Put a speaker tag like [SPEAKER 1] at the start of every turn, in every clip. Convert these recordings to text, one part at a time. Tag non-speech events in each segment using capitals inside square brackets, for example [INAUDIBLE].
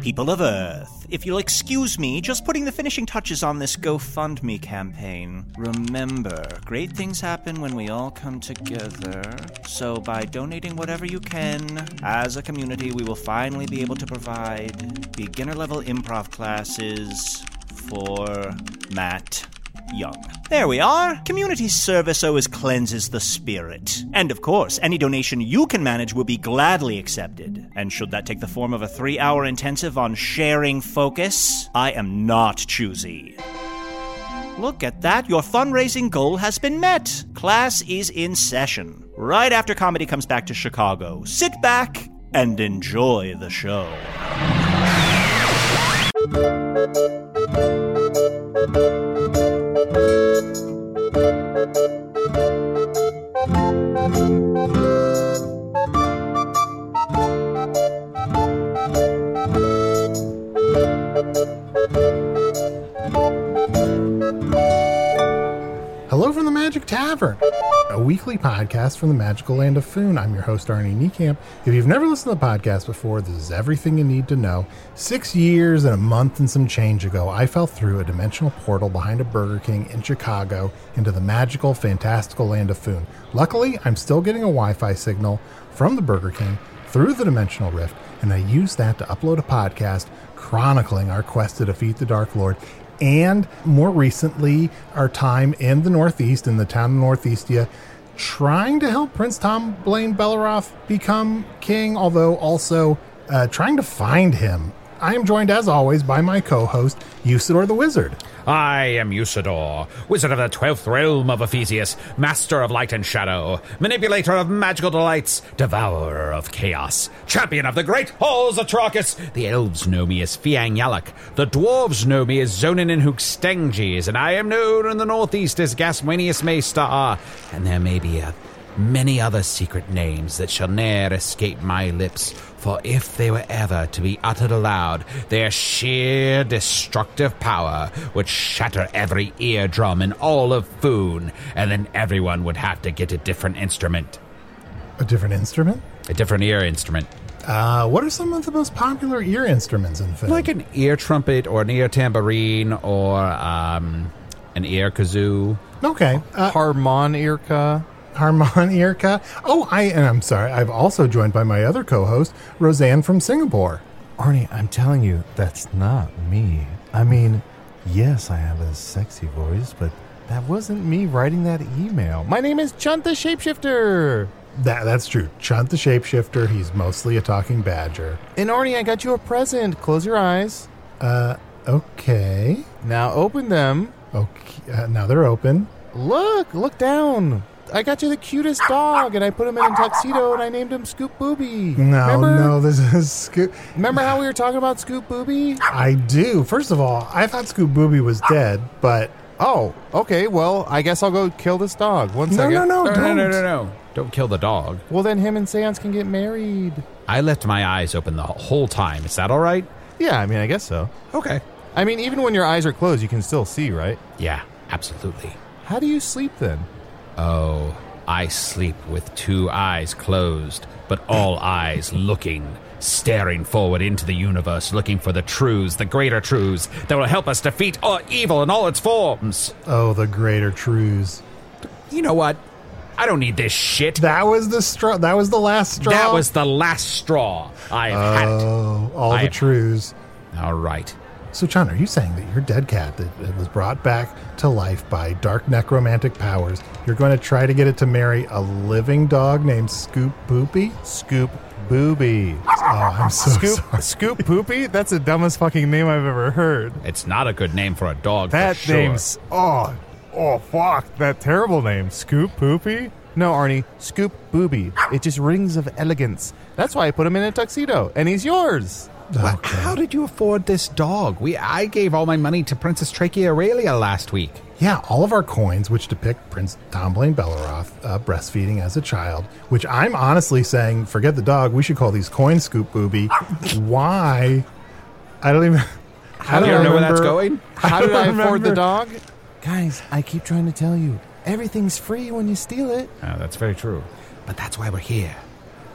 [SPEAKER 1] People of Earth, if you'll excuse me, just putting the finishing touches on this GoFundMe campaign. Remember, great things happen when we all come together. So, by donating whatever you can, as a community, we will finally be able to provide beginner level improv classes for Matt young. There we are. Community service always cleanses the spirit. And of course, any donation you can manage will be gladly accepted. And should that take the form of a three hour intensive on sharing focus, I am not choosy. Look at that, your fundraising goal has been met. Class is in session. Right after comedy comes back to Chicago. Sit back and enjoy the show.
[SPEAKER 2] Hello from the Magic Tavern, a weekly podcast from the magical land of Foon. I'm your host, Arnie Niekamp. If you've never listened to the podcast before, this is everything you need to know. Six years and a month and some change ago, I fell through a dimensional portal behind a Burger King in Chicago into the magical, fantastical land of Foon. Luckily, I'm still getting a Wi Fi signal from the Burger King through the dimensional rift, and I use that to upload a podcast chronicling our quest to defeat the Dark Lord and more recently our time in the Northeast, in the town of Northeastia, trying to help Prince Tom Blaine Belleroth become king, although also uh, trying to find him. I am joined, as always, by my co-host Usador the Wizard.
[SPEAKER 3] I am Usador, wizard of the twelfth realm of Ephesius, master of light and shadow, manipulator of magical delights, devourer of chaos, champion of the great halls of Trachis. The elves know me as Fiang Yalak, the dwarves know me as Zonin and Hookstengis, and I am known in the northeast as Gaswenius Maystar, and there may be a many other secret names that shall ne'er escape my lips, for if they were ever to be uttered aloud, their sheer destructive power would shatter every eardrum in all of Foon, and then everyone would have to get a different instrument.
[SPEAKER 2] A different instrument.
[SPEAKER 3] A different ear instrument.
[SPEAKER 2] Uh, what are some of the most popular ear instruments in film?
[SPEAKER 3] Like an ear trumpet, or an ear tambourine, or um, an ear kazoo.
[SPEAKER 2] okay, uh,
[SPEAKER 4] Harmon Irka.
[SPEAKER 2] Harmon Irka. Oh, I and I'm sorry. I've also joined by my other co-host Roseanne from Singapore.
[SPEAKER 4] Arnie, I'm telling you, that's not me. I mean, yes, I have a sexy voice, but that wasn't me writing that email. My name is Chunt the Shapeshifter.
[SPEAKER 2] That that's true. Chunt the shapeshifter. He's mostly a talking badger.
[SPEAKER 4] And Arnie, I got you a present. Close your eyes.
[SPEAKER 2] Uh, Okay.
[SPEAKER 4] Now open them.
[SPEAKER 2] Okay. Uh, now they're open.
[SPEAKER 4] Look, look down. I got you the cutest dog, and I put him in a tuxedo, and I named him Scoop Booby.
[SPEAKER 2] No,
[SPEAKER 4] Remember?
[SPEAKER 2] no, this is Scoop.
[SPEAKER 4] Remember how we were talking about Scoop Booby?
[SPEAKER 2] I do. First of all, I thought Scoop Booby was dead, but
[SPEAKER 4] Oh, okay. Well, I guess I'll go kill this dog. One
[SPEAKER 2] no,
[SPEAKER 4] second.
[SPEAKER 2] no, no,
[SPEAKER 3] No,
[SPEAKER 2] Oh, don't.
[SPEAKER 3] no, no, no, no. Don't kill the dog.
[SPEAKER 4] Well, then him and Seance can get married.
[SPEAKER 3] I left my eyes open the whole time. Is that all right?
[SPEAKER 4] Yeah, I mean, I guess so.
[SPEAKER 3] Okay.
[SPEAKER 4] I mean, even when your eyes are closed, you can still see, right?
[SPEAKER 3] Yeah, absolutely.
[SPEAKER 4] How do you sleep then?
[SPEAKER 3] Oh, I sleep with two eyes closed, but all eyes looking, staring forward into the universe, looking for the truths, the greater truths that will help us defeat all evil in all its forms.
[SPEAKER 2] Oh, the greater truths.
[SPEAKER 3] You know what? I don't need this shit.
[SPEAKER 2] That was the straw. That was the last straw.
[SPEAKER 3] That was the last straw. I have had it.
[SPEAKER 2] Oh, all
[SPEAKER 3] I
[SPEAKER 2] the
[SPEAKER 3] am-
[SPEAKER 2] truths.
[SPEAKER 3] All right.
[SPEAKER 2] So, John, are you saying that your dead cat that, that was brought back to life by dark necromantic powers, you're going to try to get it to marry a living dog named Scoop Poopy?
[SPEAKER 4] Scoop Booby.
[SPEAKER 2] Oh, I'm so
[SPEAKER 4] Scoop
[SPEAKER 2] sorry.
[SPEAKER 4] Scoop Poopy? That's the dumbest fucking name I've ever heard.
[SPEAKER 3] It's not a good name for a dog. for
[SPEAKER 4] That
[SPEAKER 3] sure.
[SPEAKER 4] name's oh oh fuck that terrible name. Scoop Poopy? No, Arnie, Scoop Booby. It just rings of elegance. That's why I put him in a tuxedo, and he's yours.
[SPEAKER 2] Uh,
[SPEAKER 3] Well, How did you afford this dog? We I gave all my money to Princess Trachea Aurelia last week.
[SPEAKER 2] Yeah, all of our coins, which depict Prince Tom Blaine Belleroth uh, breastfeeding as a child, which I'm honestly saying, forget the dog, we should call these coins Scoop Booby. Why? I don't even. I
[SPEAKER 3] do
[SPEAKER 2] don't
[SPEAKER 3] you know where that's
[SPEAKER 2] remember-
[SPEAKER 3] going?
[SPEAKER 4] How did I afford the
[SPEAKER 2] remember.
[SPEAKER 4] dog? Guys, I keep trying to tell you, everything's free when you steal it.
[SPEAKER 3] Oh, that's very true. But that's why we're here.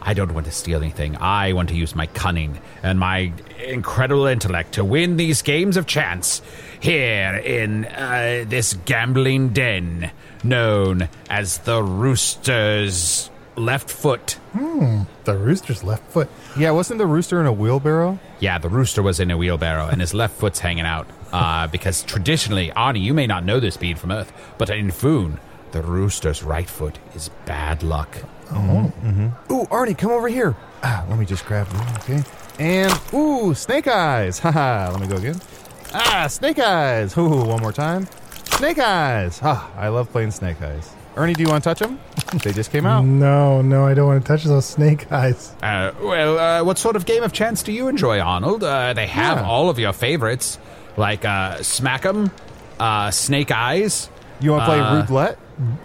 [SPEAKER 3] I don't want to steal anything. I want to use my cunning and my incredible intellect to win these games of chance here in uh, this gambling den known as the Rooster's Left Foot.
[SPEAKER 2] The rooster's left foot.
[SPEAKER 4] Yeah, wasn't the rooster in a wheelbarrow?
[SPEAKER 3] Yeah, the rooster was in a wheelbarrow and his left foot's hanging out. Uh, [LAUGHS] because traditionally, Arnie, you may not know this being from Earth, but in Foon, the rooster's right foot is bad luck.
[SPEAKER 4] Ooh, Arnie, come over here. Ah, let me just grab you, okay? And ooh, snake eyes. Haha, let me go again. Ah, snake eyes. Ooh, one more time. Snake eyes. Ah, I love playing snake eyes. Ernie, do you want to touch them? They just came
[SPEAKER 3] Oh.
[SPEAKER 4] out.
[SPEAKER 2] No, no, I don't want to touch those snake eyes.
[SPEAKER 3] Uh, well, uh, what sort of game of chance do you enjoy, Arnold? Uh, they have
[SPEAKER 4] Yeah.
[SPEAKER 3] all of your favorites, like uh, Smack'em, uh, Snake Eyes.
[SPEAKER 4] You want to play
[SPEAKER 3] Uh,
[SPEAKER 4] roulette?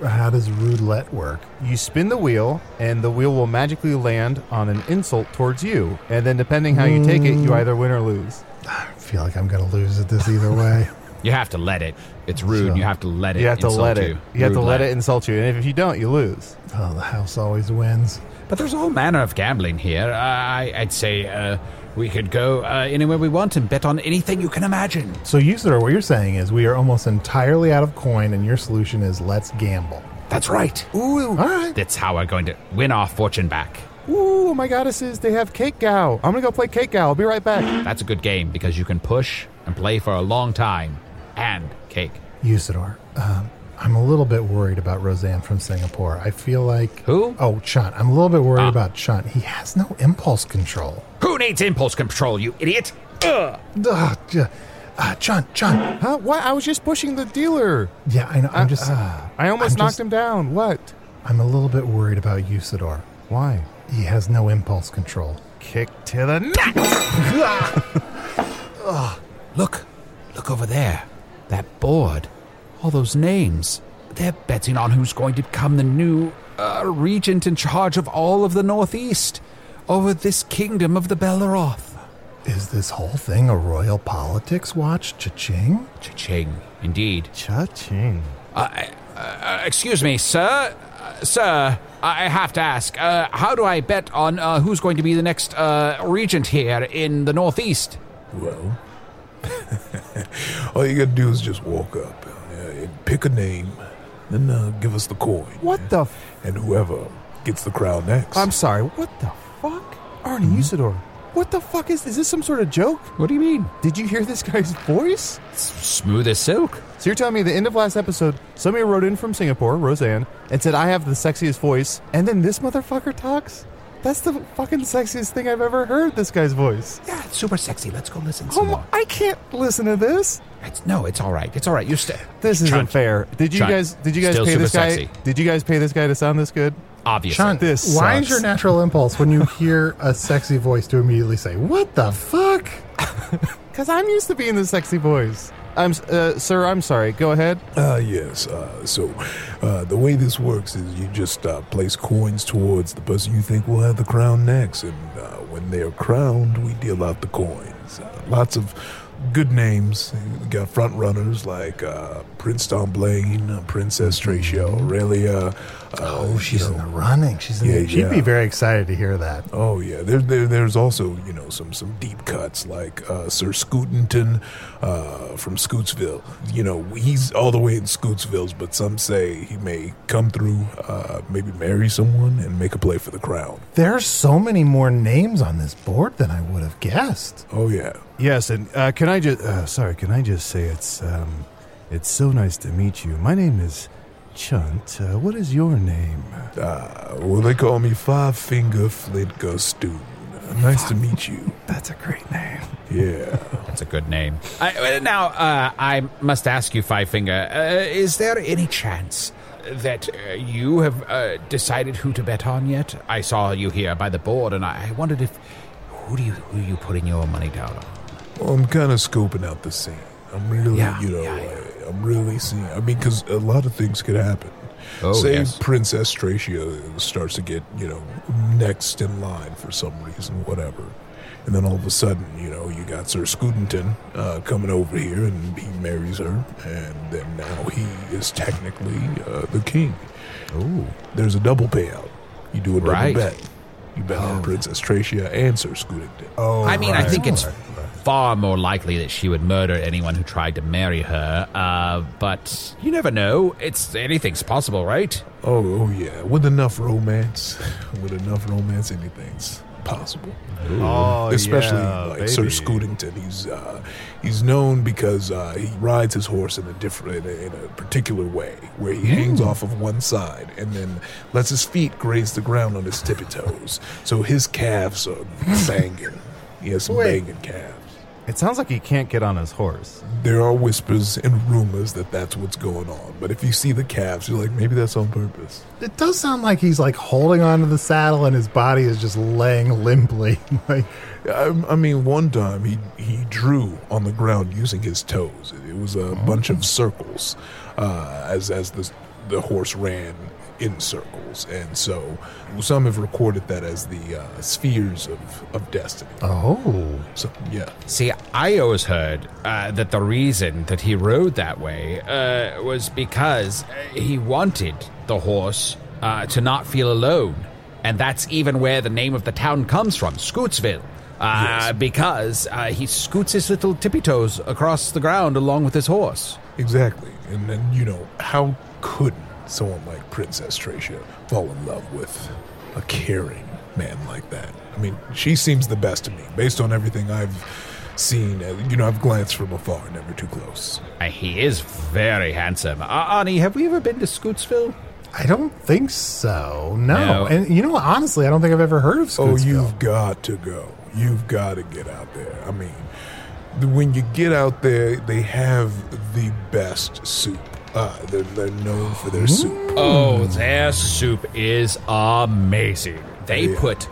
[SPEAKER 2] How does roulette work?
[SPEAKER 4] You spin the wheel, and the wheel will magically land on an insult towards you. And then, depending how you take it, you either win or lose.
[SPEAKER 2] Mm. I feel like I'm going to lose at this either way.
[SPEAKER 3] You have to let it. It's rude. you have to let it.
[SPEAKER 4] [LAUGHS] You have to
[SPEAKER 3] insult
[SPEAKER 4] let it.
[SPEAKER 3] You,
[SPEAKER 4] You have to
[SPEAKER 3] Rude
[SPEAKER 4] let it insult you. And if you don't, you lose.
[SPEAKER 2] oh, the house always wins.
[SPEAKER 3] But there's all manner of gambling here. Uh, I, I'd say uh, we could go uh, anywhere we want and bet on anything you can imagine.
[SPEAKER 2] So, Usador, what you're saying is we are almost entirely out of coin, and your solution is let's gamble.
[SPEAKER 3] That's right.
[SPEAKER 4] Ooh,
[SPEAKER 2] All right.
[SPEAKER 3] That's how we're going to win our fortune back.
[SPEAKER 4] Ooh, my goddesses, they have Cake Gal. I'm gonna go play Cake Gal. I'll be right back.
[SPEAKER 3] That's a good game because you can push and play for a long time and cake.
[SPEAKER 2] Usador, um, I'm a little bit worried about Roseanne from Singapore. I feel like.
[SPEAKER 3] Who?
[SPEAKER 2] Oh, Chunt. I'm a little bit
[SPEAKER 4] Ah.
[SPEAKER 2] worried about Chunt. He has no impulse control.
[SPEAKER 3] Who needs impulse control, you idiot? Ugh.
[SPEAKER 2] Ugh, j- uh, Chunt, Chunt.
[SPEAKER 4] Huh? What? I was just pushing the dealer. Uh,
[SPEAKER 2] Yeah, I know. I'm just.
[SPEAKER 4] I almost
[SPEAKER 2] I'm
[SPEAKER 4] knocked
[SPEAKER 2] just-
[SPEAKER 4] him down. What?
[SPEAKER 2] I'm a little bit worried about Usador.
[SPEAKER 4] Why?
[SPEAKER 2] He has no impulse control.
[SPEAKER 4] Kick to the nuts.
[SPEAKER 3] Look, look over there. That board. All those names. They're betting on who's going to become the new uh, regent in charge of all of the Northeast over this kingdom of the Belleroth.
[SPEAKER 2] Is this whole thing a royal politics watch? Cha-ching?
[SPEAKER 3] Cha-ching, indeed.
[SPEAKER 4] Cha-ching.
[SPEAKER 3] Uh, uh, uh, excuse me, sir. Uh, sir, I have to ask, uh, how do I bet on uh, who's going to be the next uh, regent here in the Northeast?
[SPEAKER 5] Well, all you gotta do is just walk up, uh, and pick a name, then uh, give us the coin.
[SPEAKER 4] What the? F-
[SPEAKER 5] And whoever gets the crown next.
[SPEAKER 4] I'm sorry. What the fuck? Arnie
[SPEAKER 2] Mm-hmm.
[SPEAKER 4] Usador. What the fuck is? Is this some sort of joke?
[SPEAKER 3] What do you mean?
[SPEAKER 4] Did you hear this guy's voice?
[SPEAKER 3] Smooth as silk.
[SPEAKER 4] So you're telling me the end of last episode, somebody wrote in from Singapore, Roseanne, and said I have the sexiest voice, and then this motherfucker talks? That's the fucking sexiest thing I've ever heard. This guy's voice.
[SPEAKER 3] Yeah, it's super sexy. Let's go listen
[SPEAKER 4] Oh
[SPEAKER 3] some
[SPEAKER 4] my,
[SPEAKER 3] more.
[SPEAKER 4] I can't listen to this.
[SPEAKER 3] It's, no, it's all right. It's all right. You're still.
[SPEAKER 4] This isn't fair. Did you
[SPEAKER 3] Chunt.
[SPEAKER 4] guys? Did you guys
[SPEAKER 3] Still
[SPEAKER 4] pay
[SPEAKER 3] super
[SPEAKER 4] this guy?
[SPEAKER 3] sexy.
[SPEAKER 4] Did you guys pay this guy to sound this good?
[SPEAKER 3] Obviously.
[SPEAKER 2] Chunt,
[SPEAKER 4] This
[SPEAKER 2] why
[SPEAKER 4] sucks.
[SPEAKER 2] is your natural impulse when you hear a sexy voice to immediately say, What the fuck?
[SPEAKER 4] Cause I'm used to being the sexy voice. I'm, s- uh, sir. I'm sorry. Go ahead.
[SPEAKER 5] Ah, yes. Uh, so, uh, the way this works is you just uh, place coins towards the person you think will have the crown next, and uh, When they are crowned, we deal out the coins. Uh, lots of good names. We got front runners like uh, Prince Domblane, uh, Princess Tracia, Aurelia. Uh,
[SPEAKER 2] Oh, she's in the running. She's in
[SPEAKER 5] Yeah,
[SPEAKER 2] the, she'd be
[SPEAKER 5] yeah.
[SPEAKER 2] very excited to hear that.
[SPEAKER 5] Oh yeah, there, there, there's also you know some some deep cuts like uh, Sir Scootington uh, from Scootsville. You know he's all the way in Scootsville, but some say he may come through, uh, maybe marry someone and make a play for the crown.
[SPEAKER 2] There are so many more names on this board than I would have guessed.
[SPEAKER 5] Oh yeah,
[SPEAKER 4] Yes, and uh, can I just uh, sorry? Can I just say it's um, it's so nice to meet you. My name is Chunt. Uh, what is your name?
[SPEAKER 5] uh, well they call me Five Finger Flint Gustoon. Nice to meet you.
[SPEAKER 4] [LAUGHS] That's a great name.
[SPEAKER 5] Yeah.
[SPEAKER 3] That's a good name. I, uh, now, uh, I must ask you, Five Finger, uh, is there any chance that uh, you have uh, decided who to bet on yet? I saw you here by the board, and I, I wondered if who do you who are you putting your money down on?
[SPEAKER 5] Well, I'm kind of scoping out the scene. I'm really,
[SPEAKER 3] Yeah,
[SPEAKER 5] you know,
[SPEAKER 3] yeah, yeah.
[SPEAKER 5] I, I'm really seeing. I mean, because a lot of things could happen.
[SPEAKER 3] Oh,
[SPEAKER 5] Say
[SPEAKER 3] yes.
[SPEAKER 5] Princess Tracia starts to get, you know, next in line for some reason, whatever. And then all of a sudden, you know, you got Sir Scootington uh, coming over here and he marries her. And then now he is technically uh, the king.
[SPEAKER 3] Ooh,
[SPEAKER 5] There's a double payout. You do a double
[SPEAKER 3] Right. Oh.
[SPEAKER 5] bet. You bet on Princess Tracia and Sir Scootington.
[SPEAKER 2] Oh,
[SPEAKER 3] I mean, I
[SPEAKER 2] right.
[SPEAKER 3] think it's
[SPEAKER 2] Right.
[SPEAKER 3] far more likely that she would murder anyone who tried to marry her. Uh, but you never know; it's anything's possible, right?
[SPEAKER 5] Oh, oh yeah. With enough romance, [LAUGHS] with enough romance, anything's possible.
[SPEAKER 4] Oh,
[SPEAKER 5] Especially
[SPEAKER 4] yeah,
[SPEAKER 5] like Sir
[SPEAKER 4] baby.
[SPEAKER 5] Scootington. He's uh, he's known because uh, he rides his horse in a different, in a, in a particular way, where he hangs
[SPEAKER 4] Mm.
[SPEAKER 5] off of one side and then lets his feet graze the ground on his tippy toes. so his calves are banging. He has some
[SPEAKER 2] Wait.
[SPEAKER 5] banging calves.
[SPEAKER 4] It sounds like he can't get on his horse.
[SPEAKER 5] There are whispers and rumors that that's what's going on. But if you see the calves, you're like, maybe that's on purpose.
[SPEAKER 2] It does sound like he's like holding onto the saddle and his body is just laying limply. [LAUGHS] like, uh,
[SPEAKER 5] I, I mean, one time he, he drew on the ground using his toes. It was a bunch of circles uh, as, as the, the horse ran in circles. And so some have recorded that as the uh, spheres of, of destiny.
[SPEAKER 2] oh,
[SPEAKER 5] So, yeah.
[SPEAKER 3] See, I always heard uh, that the reason that he rode that way uh, was because uh, he wanted the horse uh, to not feel alone. And that's even where the name of the town comes from, Scootsville. Uh, Because uh, he scoots his little tippy toes across the ground along with his horse.
[SPEAKER 5] Exactly. And then, you know, how could someone like Princess Tracia fall in love with a caring man like that? I mean, she seems the best to me based on everything I've seen. Uh, You know, I've glanced from afar, never too close.
[SPEAKER 3] Uh, he is very handsome. Uh, Arnie, have we ever been to Scootsville?
[SPEAKER 2] I don't think so. No.
[SPEAKER 3] No.
[SPEAKER 2] And you know, what? honestly, I don't think I've ever heard of
[SPEAKER 5] Oh,
[SPEAKER 2] Scootsville.
[SPEAKER 5] you've got to go. You've got to get out there. I mean, the- when you get out there, they have the best soup. Uh, they're, they're known for their soup.
[SPEAKER 3] Oh, their soup is amazing. They
[SPEAKER 5] Yeah.
[SPEAKER 3] put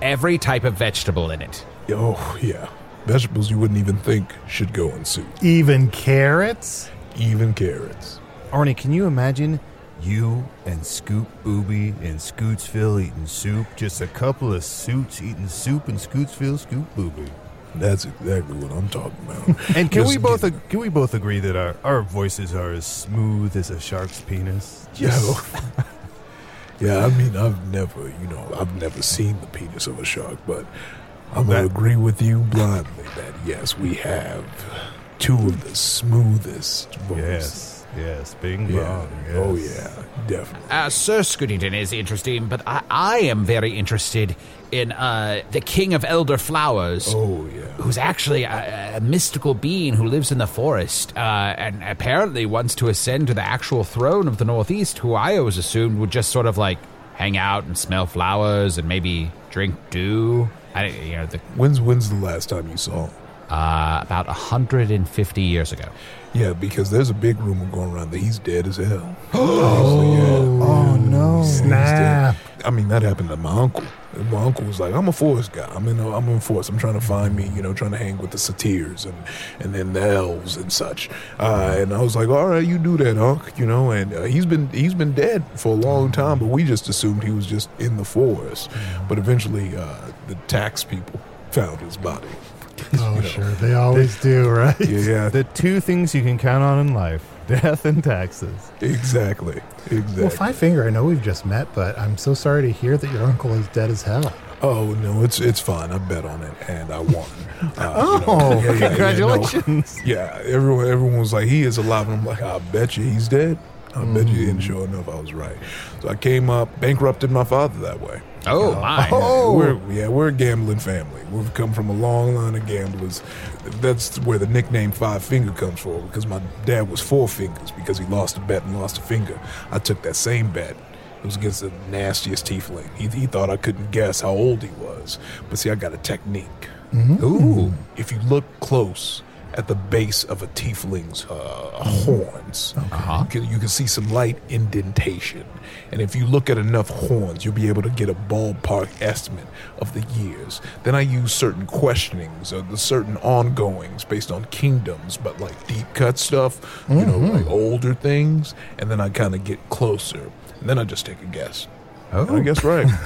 [SPEAKER 3] every type of vegetable in it.
[SPEAKER 5] Oh, yeah. Vegetables you wouldn't even think should go in soup,
[SPEAKER 2] Even carrots?
[SPEAKER 5] even carrots.
[SPEAKER 4] Arnie, can you imagine you and Scoop Booby and Scootsville eating soup? Just a couple of suits eating soup in Scootsville, Scoop Booby.
[SPEAKER 5] That's exactly what I'm talking about.
[SPEAKER 4] And can
[SPEAKER 5] Just
[SPEAKER 4] we both
[SPEAKER 5] get-
[SPEAKER 4] ag- can we both agree that our, our voices are as smooth as a shark's penis? [LAUGHS]
[SPEAKER 5] Yeah. [LAUGHS] yeah, I mean, I've never, you know, I've never seen the penis of a shark, but I'm gonna
[SPEAKER 4] That-
[SPEAKER 5] agree with you blindly that yes, we have two of the smoothest voices.
[SPEAKER 4] Yes. Yes. Bing bong.
[SPEAKER 5] Yeah.
[SPEAKER 4] yes.
[SPEAKER 5] Oh yeah, definitely.
[SPEAKER 3] Uh, Sir Scootington is interesting, but I, I am very interested in uh, the King of Elder Flowers,
[SPEAKER 5] Oh yeah.
[SPEAKER 3] who's actually a, a mystical being who lives in the forest uh, and apparently wants to ascend to the actual throne of the Northeast, who I always assumed would just sort of like hang out and smell flowers and maybe drink dew. I, don't- you know, the,
[SPEAKER 5] When's when's the last time you saw? him?
[SPEAKER 3] uh, about 150 years ago.
[SPEAKER 5] Yeah, because there's a big rumor going around that he's dead as
[SPEAKER 4] [GASPS]
[SPEAKER 5] hell.
[SPEAKER 2] Oh, no.
[SPEAKER 5] He's dead.
[SPEAKER 2] Snap.
[SPEAKER 5] Oh. I mean, that happened to my uncle. And my uncle was like, "I'm a forest guy. I'm in. A, I'm in forest. I'm trying to find me. You know, trying to hang with the satyrs and and then the elves and such." Uh, and I was like, "All right, you do that, Unc. You know." And uh, he's been he's been dead for a long time, but we just assumed he was just in the forest. But eventually, uh, the tax people found his body.
[SPEAKER 4] [LAUGHS]
[SPEAKER 2] Oh, sure. They always do, [LAUGHS] right?
[SPEAKER 5] Yeah, yeah,
[SPEAKER 4] The two things you can count on in life death and taxes.
[SPEAKER 5] exactly, exactly.
[SPEAKER 2] Well, Five Finger, I know we've just met, but I'm so sorry to hear that your uncle is dead as
[SPEAKER 5] [LAUGHS]
[SPEAKER 2] hell.
[SPEAKER 5] Oh no, it's it's fine. I bet on it, and I won. Uh, you know,
[SPEAKER 4] Oh,
[SPEAKER 5] yeah, yeah, yeah, no.
[SPEAKER 4] congratulations.
[SPEAKER 5] Yeah, everyone everyone was like, he is alive, and I'm like, I bet you he's dead. I bet you, and sure enough, I was right. So I came up, bankrupted my father that way.
[SPEAKER 3] Oh, my.
[SPEAKER 5] [LAUGHS] Oh, we're, yeah, we're a gambling family. We've come from a long line of gamblers. That's where the nickname Five Finger comes from because my dad was Four Fingers because he lost a bet and lost a finger. I took that same bet. It was against the nastiest tiefling. He, he thought I couldn't guess how old he was. But see, I got a technique. Ooh.
[SPEAKER 2] Mm-hmm.
[SPEAKER 5] If you look close at the base of a tiefling's uh, horns,
[SPEAKER 2] Uh-huh.
[SPEAKER 5] you, can, you can see some light indentation. And if you look at enough horns, you'll be able to get a ballpark estimate of the years. Then I use certain questionings or the certain ongoings based on kingdoms, but like deep cut stuff, you know,
[SPEAKER 2] Mm-hmm.
[SPEAKER 5] like older things. And then I kind of get closer. And then I just take a guess. Oh. I guess right.
[SPEAKER 4] [LAUGHS]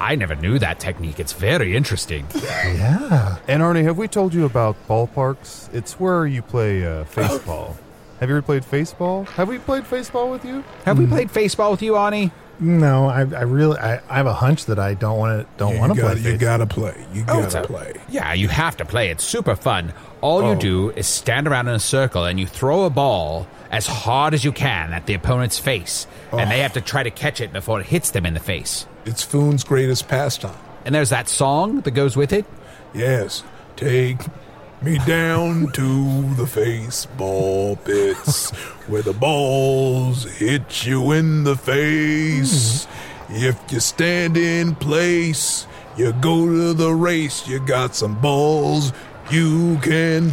[SPEAKER 3] I never knew that technique. It's very interesting.
[SPEAKER 2] Yeah.
[SPEAKER 4] And Arnie, have we told you about ballparks? It's where you play
[SPEAKER 2] Oh.
[SPEAKER 4] uh, baseball. have you ever played baseball? Have we played baseball with you?
[SPEAKER 3] Have we played baseball with you, Arnie?
[SPEAKER 2] No, I, I really, I, I have a hunch that I don't want to, don't
[SPEAKER 5] You
[SPEAKER 2] want to play.
[SPEAKER 5] gotta- You
[SPEAKER 2] face- Oh,
[SPEAKER 5] gotta play. You
[SPEAKER 3] it's
[SPEAKER 5] gotta
[SPEAKER 3] a-
[SPEAKER 5] play.
[SPEAKER 3] Yeah, you have to play. It's super fun. All you do is stand around in a circle and you throw a ball as hard as you can at the opponent's face, and they have to try to catch it before it hits them in the face.
[SPEAKER 5] It's Foon's greatest pastime.
[SPEAKER 3] And there's that song that goes with it.
[SPEAKER 5] Yes, take me down to the face ball pits where the balls hit you in the face. If you stand in place, you go to the race, you got some balls you can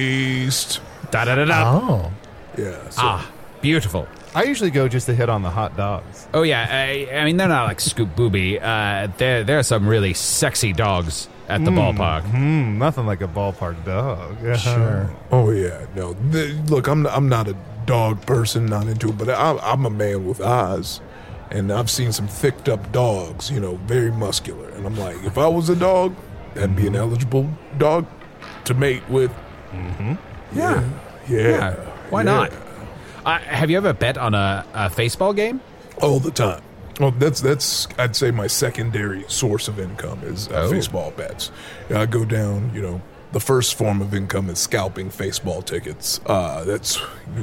[SPEAKER 5] taste.
[SPEAKER 3] Da da da da.
[SPEAKER 2] Oh,
[SPEAKER 5] Yeah, so
[SPEAKER 3] Ah, beautiful.
[SPEAKER 4] I usually go just to hit on the hot dogs.
[SPEAKER 3] Oh yeah, I, I mean they're not like Scoop Booby. Uh, there there are some really sexy dogs at the ballpark.
[SPEAKER 4] Hmm, nothing like a ballpark dog. [LAUGHS]
[SPEAKER 2] sure.
[SPEAKER 5] Oh yeah, no. The, look, I'm I'm not a dog person, not into it, but I, I'm a man with eyes, and I've seen some thicked up dogs, you know, very muscular, and I'm like, if I was a dog, that'd be an
[SPEAKER 3] Mm-hmm.
[SPEAKER 5] eligible dog to mate with. Mm-hmm. Yeah, yeah.
[SPEAKER 3] Yeah, why not? Uh, have you ever bet on a, a baseball game?
[SPEAKER 5] All the time. Well, that's that's I'd say my secondary source of income is uh,
[SPEAKER 3] Oh.
[SPEAKER 5] baseball bets. Yeah, I go down, you know. The first form of income is scalping baseball tickets. Uh, that's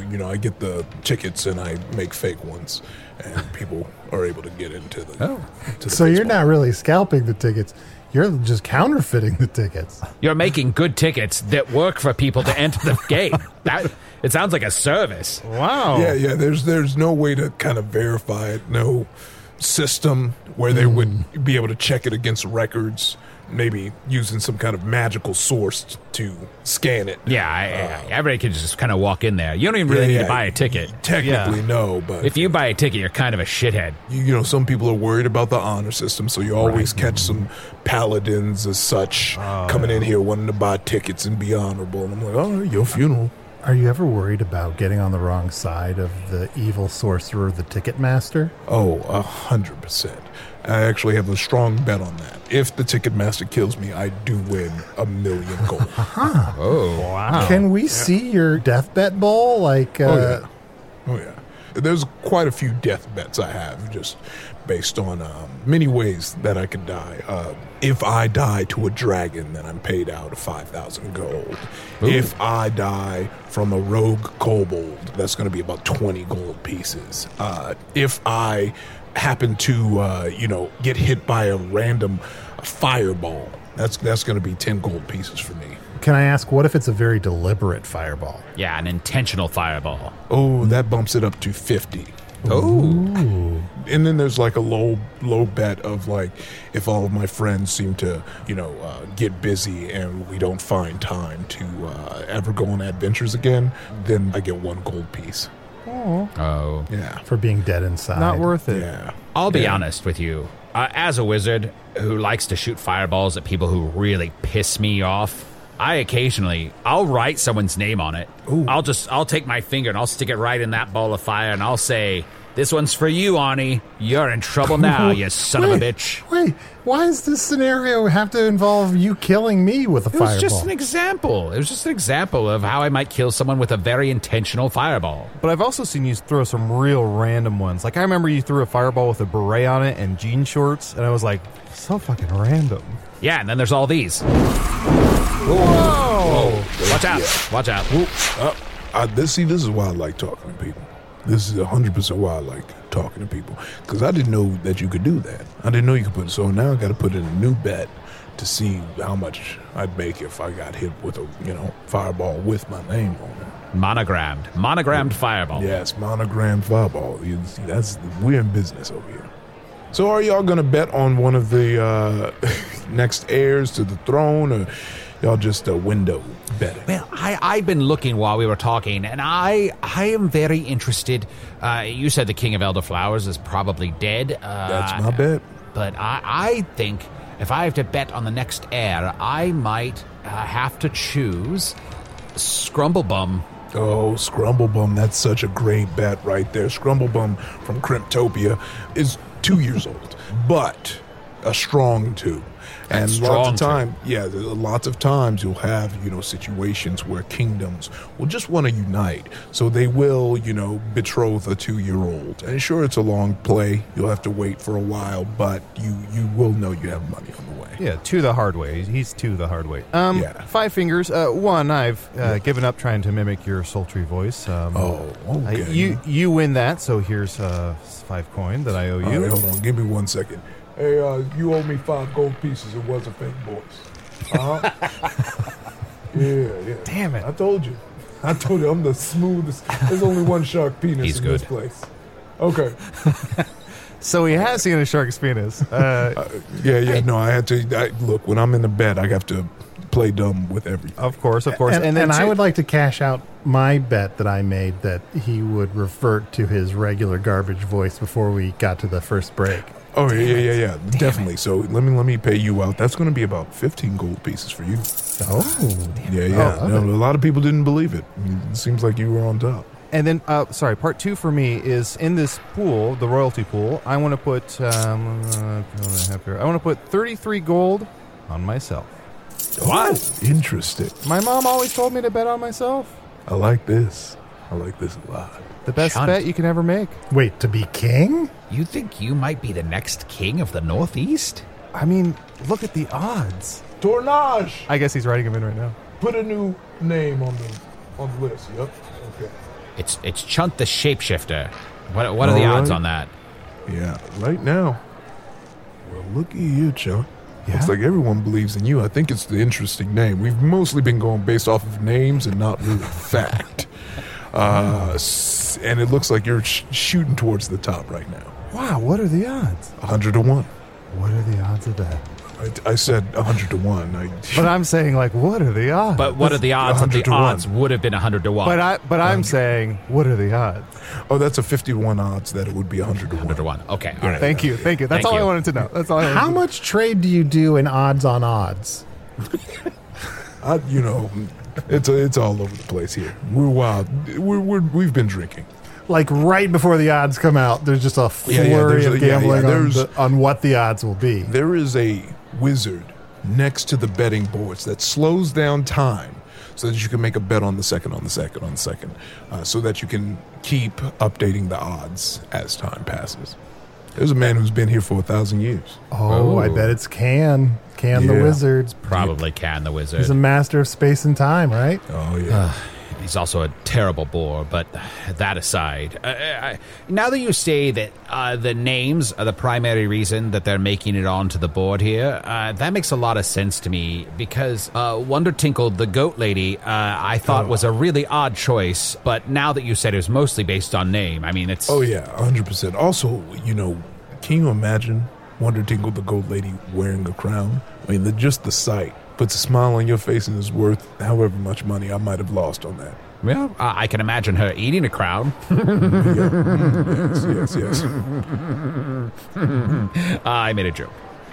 [SPEAKER 5] you know I get the tickets and I make fake ones, and people are able to get into the.
[SPEAKER 3] Oh.
[SPEAKER 5] to the
[SPEAKER 2] So you're
[SPEAKER 5] baseball.
[SPEAKER 2] not really scalping the tickets. You're just counterfeiting the tickets.
[SPEAKER 3] You're making good tickets that work for people to enter the game. That it sounds like a service.
[SPEAKER 4] Wow.
[SPEAKER 5] Yeah, yeah. There's there's no way to kind of verify it. No system where they
[SPEAKER 3] Hmm.
[SPEAKER 5] would be able to check it against records. Maybe using some kind of magical source to scan it.
[SPEAKER 3] Yeah, I, I, everybody can just kind of walk in there. You don't even really
[SPEAKER 5] Yeah,
[SPEAKER 3] need
[SPEAKER 5] yeah.
[SPEAKER 3] to buy a ticket.
[SPEAKER 5] Technically,
[SPEAKER 4] Yeah.
[SPEAKER 5] no, but
[SPEAKER 3] If you buy a ticket, you're kind of a shithead.
[SPEAKER 5] you, you know, some people are worried about the honor system, so you always catch some paladins as such
[SPEAKER 3] Oh,
[SPEAKER 5] coming in here wanting to buy tickets and be honorable. And I'm like, oh, your funeral.
[SPEAKER 2] Are you ever worried about getting on the wrong side of the evil sorcerer, the ticket master?
[SPEAKER 5] Oh, a hundred percent. I actually have a strong bet on that. If the Ticketmaster kills me, I do win a million
[SPEAKER 3] [LAUGHS]
[SPEAKER 5] gold.
[SPEAKER 4] Wow.
[SPEAKER 2] Can we see your death bet bowl? Like, uh,
[SPEAKER 5] oh yeah, oh yeah. There's quite a few death bets I have, just based on um, many ways that I could die. Uh, if I die to a dragon, then I'm paid out five thousand gold. If I die from a rogue kobold, that's going to be about twenty gold pieces. Uh, if I happen to, uh, you know, get hit by a random fireball, that's that's going to be ten gold pieces for me.
[SPEAKER 2] can I ask, what if it's a very deliberate fireball?
[SPEAKER 3] Yeah, an intentional fireball.
[SPEAKER 5] Oh, that bumps it up to 50. Oh. And then there's like a low low bet of like if all of my friends seem to, you know, uh, get busy and we don't find time to uh, ever go on adventures again, then I get one gold piece.
[SPEAKER 3] Oh.
[SPEAKER 5] Yeah.
[SPEAKER 2] For being dead inside.
[SPEAKER 4] Not worth it.
[SPEAKER 5] Yeah.
[SPEAKER 3] I'll be honest with you. Uh, as a wizard who likes to shoot fireballs at people who really piss me off, I occasionally I'll write someone's name on it. I'll just I'll take my finger and I'll stick it right in that ball of fire and I'll say, "This one's for you, Ani. You're in [LAUGHS] trouble now, you son of a
[SPEAKER 2] Wait,
[SPEAKER 3] bitch."
[SPEAKER 2] Wait, why does this scenario have to involve you killing me with a
[SPEAKER 3] It
[SPEAKER 2] fireball?
[SPEAKER 3] was just an example. It was just an example of how I might kill someone with a very intentional fireball.
[SPEAKER 4] But I've also seen you throw some real random ones. Like I remember you threw a fireball with a beret on it and jean shorts, and I was like, so fucking random.
[SPEAKER 3] Yeah, and then there's all these.
[SPEAKER 2] Oh.
[SPEAKER 4] Whoa!
[SPEAKER 3] Watch out! Watch out!
[SPEAKER 5] Uh, I, this, see, this is why I like talking to people. This is 100% why I like talking to people. Because I didn't know that you could do that. I didn't know you could put So now I got to put in a new bet to see how much I'd make if I got hit with a, you know, fireball with my name on it.
[SPEAKER 3] Monogrammed, monogrammed fireball.
[SPEAKER 5] Yes, monogram fireball. You see, that's, we're in business over here. So are y'all going to bet on one of the uh, [LAUGHS] next heirs to the throne or y'all just a window betting?
[SPEAKER 3] Well, I, I've been looking while we were talking, and I I am very interested. Uh, you said the King of Elderflowers is probably dead. Uh,
[SPEAKER 5] That's my bet.
[SPEAKER 3] But I, I think if I have to bet on the next heir, I might uh, have to choose Scrumblebum.
[SPEAKER 5] Oh, Scrumblebum, that's such a great bet right there. Scrumblebum from Cryptopia is two years old, but a strong two. And
[SPEAKER 3] That's
[SPEAKER 5] lots
[SPEAKER 3] strong
[SPEAKER 5] of
[SPEAKER 3] two.
[SPEAKER 5] time, yeah, there- lots of times you'll have, you know, situations where kingdoms will just want to unite. So they will, you know, betroth a two-year-old. And sure, it's a long play. You'll have to wait for a while, but you you will know you have money on the way.
[SPEAKER 4] Yeah, two the hard way. He's two the hard way. Um,
[SPEAKER 5] Yeah.
[SPEAKER 4] five fingers. Uh, one, I've uh, given up trying to mimic your sultry voice. Um,
[SPEAKER 5] Oh,
[SPEAKER 2] Uh,
[SPEAKER 4] I-
[SPEAKER 5] okay.
[SPEAKER 4] you you win that. So here's uh, five coin that I owe
[SPEAKER 5] All
[SPEAKER 4] you.
[SPEAKER 5] right, hold on. Give me one second. Hey, uh, you owe me five gold pieces. It was a fake voice. Uh-huh. yeah, yeah.
[SPEAKER 4] Damn it.
[SPEAKER 5] I told you. I told you. I'm the smoothest. There's only one shark penis
[SPEAKER 3] He's
[SPEAKER 5] in this
[SPEAKER 3] good.
[SPEAKER 5] place. Okay.
[SPEAKER 4] So he has seen a shark's penis. Uh,
[SPEAKER 5] Yeah, yeah. No, I had to. I, look, when I'm in the bed, I have to play dumb with everything.
[SPEAKER 4] [LAUGHS] of course, of course.
[SPEAKER 2] And, and,
[SPEAKER 4] then
[SPEAKER 2] I
[SPEAKER 4] two-
[SPEAKER 2] would like to cash out my bet that I made that he would revert to his regular garbage voice before we got to the first break.
[SPEAKER 5] Oh yeah, yeah, yeah, yeah. Definitely. So let me let me pay you out. That's going to be about 15 gold pieces for you.
[SPEAKER 2] Oh,
[SPEAKER 5] Yeah, yeah.
[SPEAKER 2] Oh,
[SPEAKER 5] no,
[SPEAKER 2] okay.
[SPEAKER 5] a lot of people didn't believe it. It seems like you were on top.
[SPEAKER 4] And then, uh, sorry, part two for me is in this pool, the royalty pool. I want to put, um, uh, what do I have here? I want to put 33 gold on myself.
[SPEAKER 3] What?
[SPEAKER 5] Interesting.
[SPEAKER 4] My mom always told me to bet on myself.
[SPEAKER 5] I like this. I like this a lot.
[SPEAKER 4] The best
[SPEAKER 3] Shunt.
[SPEAKER 4] bet you can ever make.
[SPEAKER 2] wait, to be king?
[SPEAKER 3] You think you might be the next king of the Northeast?
[SPEAKER 4] I mean, look at the odds.
[SPEAKER 5] Tornage.
[SPEAKER 4] I guess he's writing them in right now.
[SPEAKER 5] Put a new name on the on the list. Yep. Okay.
[SPEAKER 3] It's it's Chunt the Shapeshifter. What what are the
[SPEAKER 5] All
[SPEAKER 3] odds
[SPEAKER 5] right.
[SPEAKER 3] on that?
[SPEAKER 5] Yeah. Right now. Well, look at you, Chuck.
[SPEAKER 4] Yeah?
[SPEAKER 5] Looks like everyone believes in you. I think it's the interesting name. We've mostly been going based off of names and not really fact. Uh, s- and it looks like you're sh- shooting towards the top right now.
[SPEAKER 4] Wow, what are the odds?
[SPEAKER 5] 100 to 1.
[SPEAKER 4] What are the odds of that?
[SPEAKER 5] I, I said 100 to 1. I,
[SPEAKER 4] But I'm saying, like, what are the odds?
[SPEAKER 3] But what are the odds that
[SPEAKER 5] 100
[SPEAKER 3] the
[SPEAKER 5] to one.
[SPEAKER 3] odds would have been 100 to 1?
[SPEAKER 4] But I, but I'm saying, what are the odds?
[SPEAKER 5] oh, that's a 51 odds that it would be 100 to 1.
[SPEAKER 3] 100 to 1. Okay, all right.
[SPEAKER 4] Thank you, thank you. That's
[SPEAKER 3] Thank
[SPEAKER 4] all I
[SPEAKER 3] you.
[SPEAKER 4] wanted to know. That's all. I wanted
[SPEAKER 2] How
[SPEAKER 4] to know.
[SPEAKER 2] much trade do you do in odds on odds?
[SPEAKER 5] I, you know, it's it's all over the place here. We're wild. We're, we're we've been drinking.
[SPEAKER 2] Like right before the odds come out, there's just a flurry
[SPEAKER 5] Yeah, yeah, there's
[SPEAKER 2] of
[SPEAKER 5] a- yeah, yeah,
[SPEAKER 2] gambling on,
[SPEAKER 5] there's-
[SPEAKER 2] the, on what the odds will be.
[SPEAKER 5] There is a wizard next to the betting boards that slows down time so that you can make a bet on the second, on the second, on the second, uh, so that you can keep updating the odds as time passes. There's a man who's been here for a thousand years.
[SPEAKER 2] Oh, I bet it's Can. Can the
[SPEAKER 5] Yeah.
[SPEAKER 2] Wizard.
[SPEAKER 3] Probably Can the Wizard.
[SPEAKER 2] He's a master of space and time, right?
[SPEAKER 5] Oh yeah.
[SPEAKER 3] He's also a terrible bore, but that aside, uh, I, now that you say that uh, the names are the primary reason that they're making it onto the board here, uh, that makes a lot of sense to me because uh, Wonder Tinkle, the goat lady, uh, I
[SPEAKER 5] Oh.
[SPEAKER 3] thought was a really odd choice, but now that you said it was mostly based on name, I mean, it's.
[SPEAKER 5] Oh yeah, hundred percent. Also, you know, can you imagine Wonder Tingle the Gold Lady wearing a crown? I mean, the, just the sight puts a smile on your face and is worth however much money I might have lost on that.
[SPEAKER 3] Well, I I can imagine her eating a crowd.
[SPEAKER 5] Mm, Yes, yes.
[SPEAKER 3] [LAUGHS] I made a joke.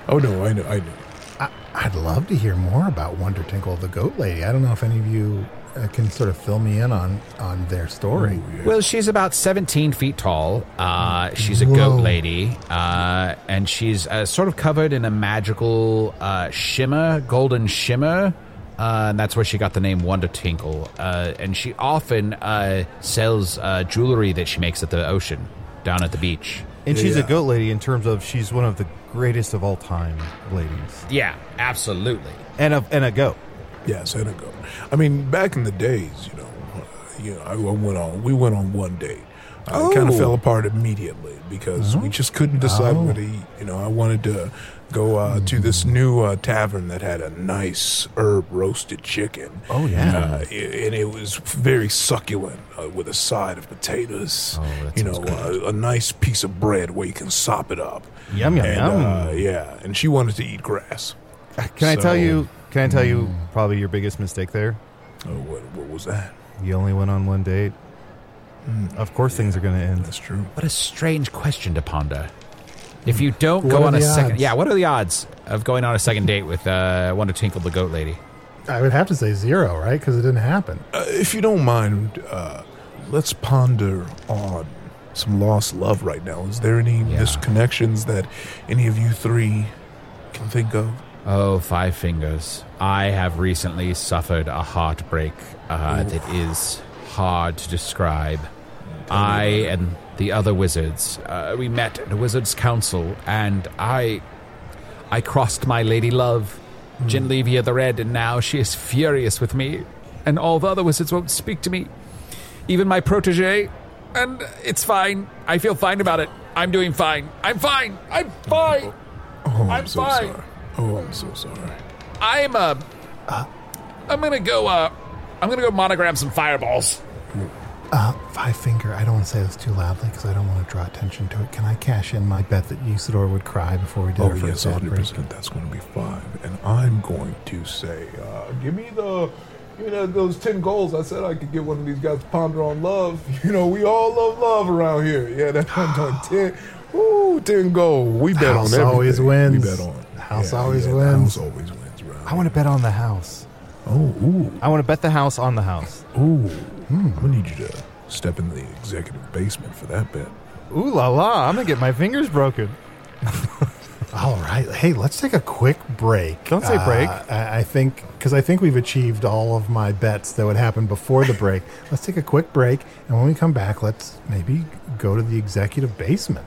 [SPEAKER 5] Oh no, I know, I know.
[SPEAKER 2] I, I'd love to hear more about Wonder Tinkle the Goat Lady. I don't know if any of you uh, can sort of fill me in on on their story.
[SPEAKER 3] Well, she's about 17 feet tall. Uh, she's a goat lady, uh, and she's uh, sort of covered in a magical uh, shimmer, golden shimmer. Uh, and that's where she got the name Wonder Tinkle. Uh, and she often uh, sells uh, jewelry that she makes at the ocean, down at the beach.
[SPEAKER 4] And she's
[SPEAKER 5] Yeah.
[SPEAKER 4] a goat lady in terms of she's one of the greatest of all time ladies,
[SPEAKER 3] Yeah, absolutely.
[SPEAKER 4] and a and a goat.
[SPEAKER 5] Yes, I don't go. I mean, back in the days, you know, uh, you know, I went on. We went on one date. I
[SPEAKER 4] Oh.
[SPEAKER 5] kind of fell apart immediately because
[SPEAKER 4] Mm-hmm.
[SPEAKER 5] we just couldn't decide
[SPEAKER 4] Oh.
[SPEAKER 5] what to eat. You know, I wanted to go uh, to this
[SPEAKER 4] Mm.
[SPEAKER 5] new uh, tavern that had a nice herb roasted chicken.
[SPEAKER 4] Oh, yeah.
[SPEAKER 5] uh, i- and it was very succulent uh, with a side of potatoes.
[SPEAKER 4] Oh,
[SPEAKER 3] that
[SPEAKER 5] you know,
[SPEAKER 3] sounds
[SPEAKER 5] uh, a nice piece of bread where you can sop it up.
[SPEAKER 4] Yum, yum,
[SPEAKER 5] and,
[SPEAKER 4] yum. Uh,
[SPEAKER 5] Uh, yeah, and she wanted to eat grass.
[SPEAKER 4] Can I
[SPEAKER 5] So-
[SPEAKER 4] tell you? Can I tell you probably your biggest mistake there?
[SPEAKER 5] Oh, what, what was that?
[SPEAKER 4] You only went on one date. Of course, things are going to end.
[SPEAKER 5] That's true.
[SPEAKER 3] What a strange question to ponder. If you don't
[SPEAKER 2] What
[SPEAKER 3] go
[SPEAKER 2] are
[SPEAKER 3] on a
[SPEAKER 2] the
[SPEAKER 3] second,
[SPEAKER 2] odds?
[SPEAKER 3] yeah, what are the odds of going on a second date with uh, Wonder Tinkle the Goat Lady?
[SPEAKER 2] I would have to say zero, right? Because it didn't happen.
[SPEAKER 5] Uh, if you don't mind, uh, let's ponder on some lost love right now. Is there any
[SPEAKER 3] Yeah.
[SPEAKER 5] misconnections that any of you three can think of?
[SPEAKER 3] Oh, Five Fingers. I have recently suffered a heartbreak uh, that is hard to describe. I and the other wizards, uh, we met at a wizard's council, and I. I crossed my lady love, Genlevia the Red, and now she is furious with me, and all the other wizards won't speak to me. Even my protege, and it's fine. I feel fine about it. I'm doing fine. I'm fine. I'm fine.
[SPEAKER 5] Oh, I'm,
[SPEAKER 3] I'm
[SPEAKER 5] so
[SPEAKER 3] fine.
[SPEAKER 5] sorry. Oh, I'm so sorry.
[SPEAKER 3] I'm uh, I'm gonna go. Uh, I'm gonna go monogram some fireballs.
[SPEAKER 2] Uh, five finger. I don't want to say this too loudly because I don't want to draw attention to it. Can I cash in my bet that Usador would cry before we did
[SPEAKER 5] Oh,
[SPEAKER 2] our
[SPEAKER 5] yes,
[SPEAKER 2] first
[SPEAKER 5] hundred
[SPEAKER 2] outbreak?
[SPEAKER 5] percent. That's going to be five, and I'm going to say, uh, give me the, give me the, those ten goals. I said I could get one of these guys to ponder on love. [LAUGHS] You know, we all love love around here. Yeah, that I'm doing
[SPEAKER 2] [SIGHS]
[SPEAKER 5] ten. Ooh, ten goals. We bet
[SPEAKER 2] House
[SPEAKER 5] on everything.
[SPEAKER 2] always
[SPEAKER 5] We
[SPEAKER 2] wins.
[SPEAKER 5] bet on
[SPEAKER 2] The house always wins.
[SPEAKER 5] The house always wins. Around
[SPEAKER 4] I want to bet on the house.
[SPEAKER 5] Oh, ooh,
[SPEAKER 4] I want to bet the house on the house.
[SPEAKER 5] ooh.
[SPEAKER 2] Hmm.
[SPEAKER 5] I'm gonna need you to step in the executive basement for that bet.
[SPEAKER 4] [LAUGHS] Ooh la la! I'm gonna get my fingers broken.
[SPEAKER 2] All right. Hey, let's take a quick break. Uh,
[SPEAKER 4] Don't say break.
[SPEAKER 2] I, I think because I think we've achieved all of my bets that would happen before the break. let's take a quick break, and when we come back, let's maybe go to the executive basement.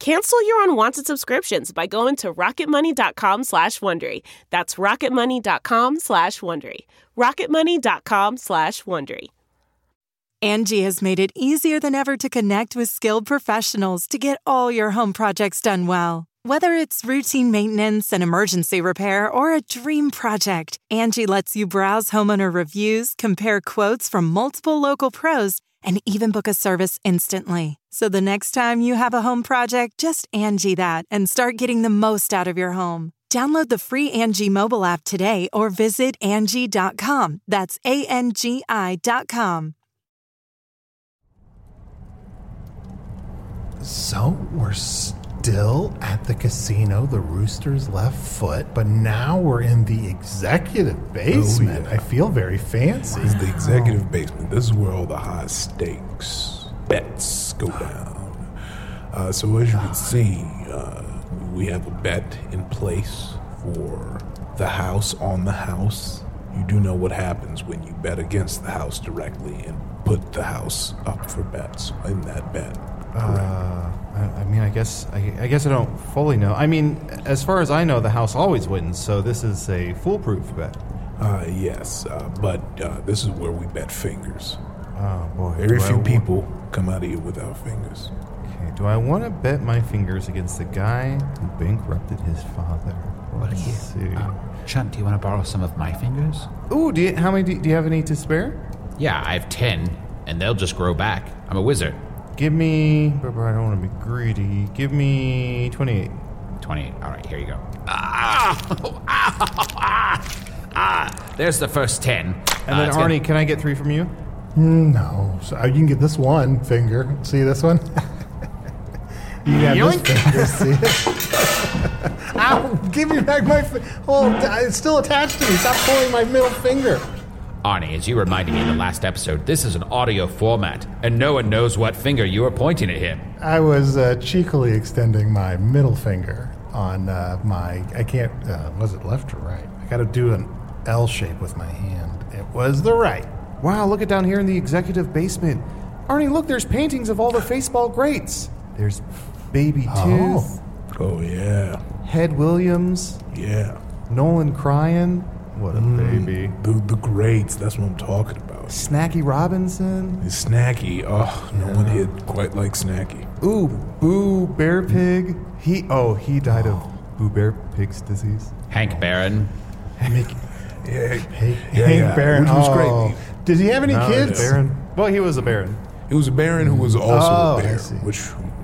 [SPEAKER 6] Cancel your unwanted subscriptions by going to rocketmoney.com slash Wondery. That's rocketmoney.com slash Wondery. rocketmoney.com slash Wondery.
[SPEAKER 7] Angie has made it easier than ever to connect with skilled professionals to get all your home projects done well. Whether it's routine maintenance and emergency repair or a dream project, Angie lets you browse homeowner reviews, compare quotes from multiple local pros, and even book a service instantly. So the next time you have a home project, just Angie that and start getting the most out of your home. Download the free Angie mobile app today or visit Angie.com. That's A N G I.com.
[SPEAKER 2] So we're still at the casino, the Rooster's left foot, but now we're in the executive basement. I feel very fancy.
[SPEAKER 5] It's the executive basement. This is where all the high stakes bets go down. Uh, so as you can see, uh, We have a bet in place for the house on the house. You do know what happens when you bet against the house directly and put the house up for bets in that bet.
[SPEAKER 4] Uh, I, I mean, I guess I, I guess I don't fully know. I mean, as far as I know, the house always wins, so this is a foolproof bet.
[SPEAKER 5] Uh, yes, uh, but uh, this is where we bet fingers.
[SPEAKER 4] Oh boy,
[SPEAKER 5] Very
[SPEAKER 4] do I
[SPEAKER 5] few
[SPEAKER 4] wa-
[SPEAKER 5] people come out of here without fingers.
[SPEAKER 4] Okay, do I want to bet my fingers against the guy who bankrupted his father? Let's see.
[SPEAKER 3] Chump, do you want to borrow some of my fingers?
[SPEAKER 4] Ooh, do you, how many do, do you have any to spare?
[SPEAKER 3] Yeah, I have ten, and they'll just grow back. I'm a wizard.
[SPEAKER 4] Give me. but- but I don't want to be greedy. Give me 28.
[SPEAKER 3] 28. All right, here you go. Ah! [LAUGHS] Ah! Ah! There's the first Uh, 10.
[SPEAKER 4] And then, Arnie, can I get three from you?
[SPEAKER 2] Mm, No. So uh, you can get this one finger. See this one? you can have this finger. See
[SPEAKER 4] [LAUGHS]
[SPEAKER 2] it?
[SPEAKER 4] Ah,
[SPEAKER 2] Ow, give me back my. Fi- oh, it's still attached to me. Stop pulling my middle finger.
[SPEAKER 3] Arnie, as you reminded me in the last episode, this is an audio format, and no one knows what finger you are pointing at him.
[SPEAKER 2] I was uh, cheekily extending my middle finger on uh, my. I can't. Uh, was it left or right? I got to do an L shape with my hand. It was the right.
[SPEAKER 4] Wow, look at down here in the executive basement. Arnie, look, there's paintings of all the baseball greats. There's Baby Tooth,
[SPEAKER 2] Oh.
[SPEAKER 5] Oh, yeah.
[SPEAKER 4] Head Williams,
[SPEAKER 5] Yeah.
[SPEAKER 4] Nolan Cryan. What a
[SPEAKER 2] Mm.
[SPEAKER 4] baby.
[SPEAKER 5] The, the greats, that's what I'm talking about.
[SPEAKER 4] Snacky Robinson.
[SPEAKER 5] It's snacky. Oh, no one hit quite like snacky.
[SPEAKER 4] Ooh, Boo Bear Pig. He oh, he died of Boo Bear Pig's disease.
[SPEAKER 3] Hank Barron.
[SPEAKER 5] Yeah, yeah,
[SPEAKER 2] Hank
[SPEAKER 5] yeah,
[SPEAKER 2] Barron.
[SPEAKER 5] Which was
[SPEAKER 2] Oh.
[SPEAKER 5] great.
[SPEAKER 2] Did he have any kids?
[SPEAKER 4] Baron. Well, he was a Baron.
[SPEAKER 5] It was a baron who was also
[SPEAKER 2] Oh, I
[SPEAKER 5] a bear,
[SPEAKER 2] see.
[SPEAKER 5] which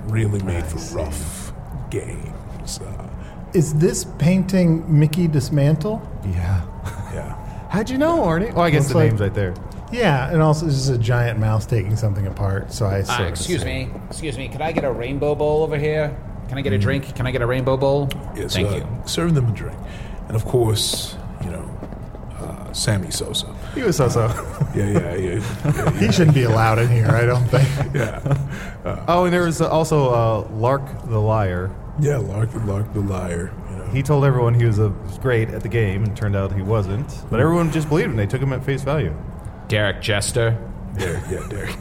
[SPEAKER 5] really made for rough games. Uh,
[SPEAKER 2] Is this painting Mickey Dismantle?
[SPEAKER 4] Yeah.
[SPEAKER 5] yeah.
[SPEAKER 4] How'd you know, Arnie? Oh, I guess
[SPEAKER 2] Looks
[SPEAKER 4] the
[SPEAKER 2] like-
[SPEAKER 4] name's right there.
[SPEAKER 2] Yeah, and also this is a giant mouse taking something apart. So
[SPEAKER 4] Uh,
[SPEAKER 2] I.
[SPEAKER 3] Ah,
[SPEAKER 2] sort of
[SPEAKER 3] excuse
[SPEAKER 2] assumed-
[SPEAKER 3] me. Excuse me. Can I get a rainbow bowl over here? Can I get a drink? Can I get a rainbow bowl?
[SPEAKER 5] Yes,
[SPEAKER 3] Thank
[SPEAKER 5] uh,
[SPEAKER 3] you.
[SPEAKER 5] Serve them a drink. And of course, you know, uh, Sammy Sosa.
[SPEAKER 4] He was so so.
[SPEAKER 5] Yeah, yeah,
[SPEAKER 2] [LAUGHS]
[SPEAKER 5] yeah.
[SPEAKER 2] He shouldn't be allowed in here. I don't think.
[SPEAKER 4] oh, and there was also uh, Lark the Liar.
[SPEAKER 5] yeah, Lark, Lark the Liar. You know.
[SPEAKER 4] He told everyone he was a was great at the game, and turned out he wasn't. But everyone just believed him. They took him at face value.
[SPEAKER 3] Derek Jester.
[SPEAKER 5] Derek, yeah, Derek.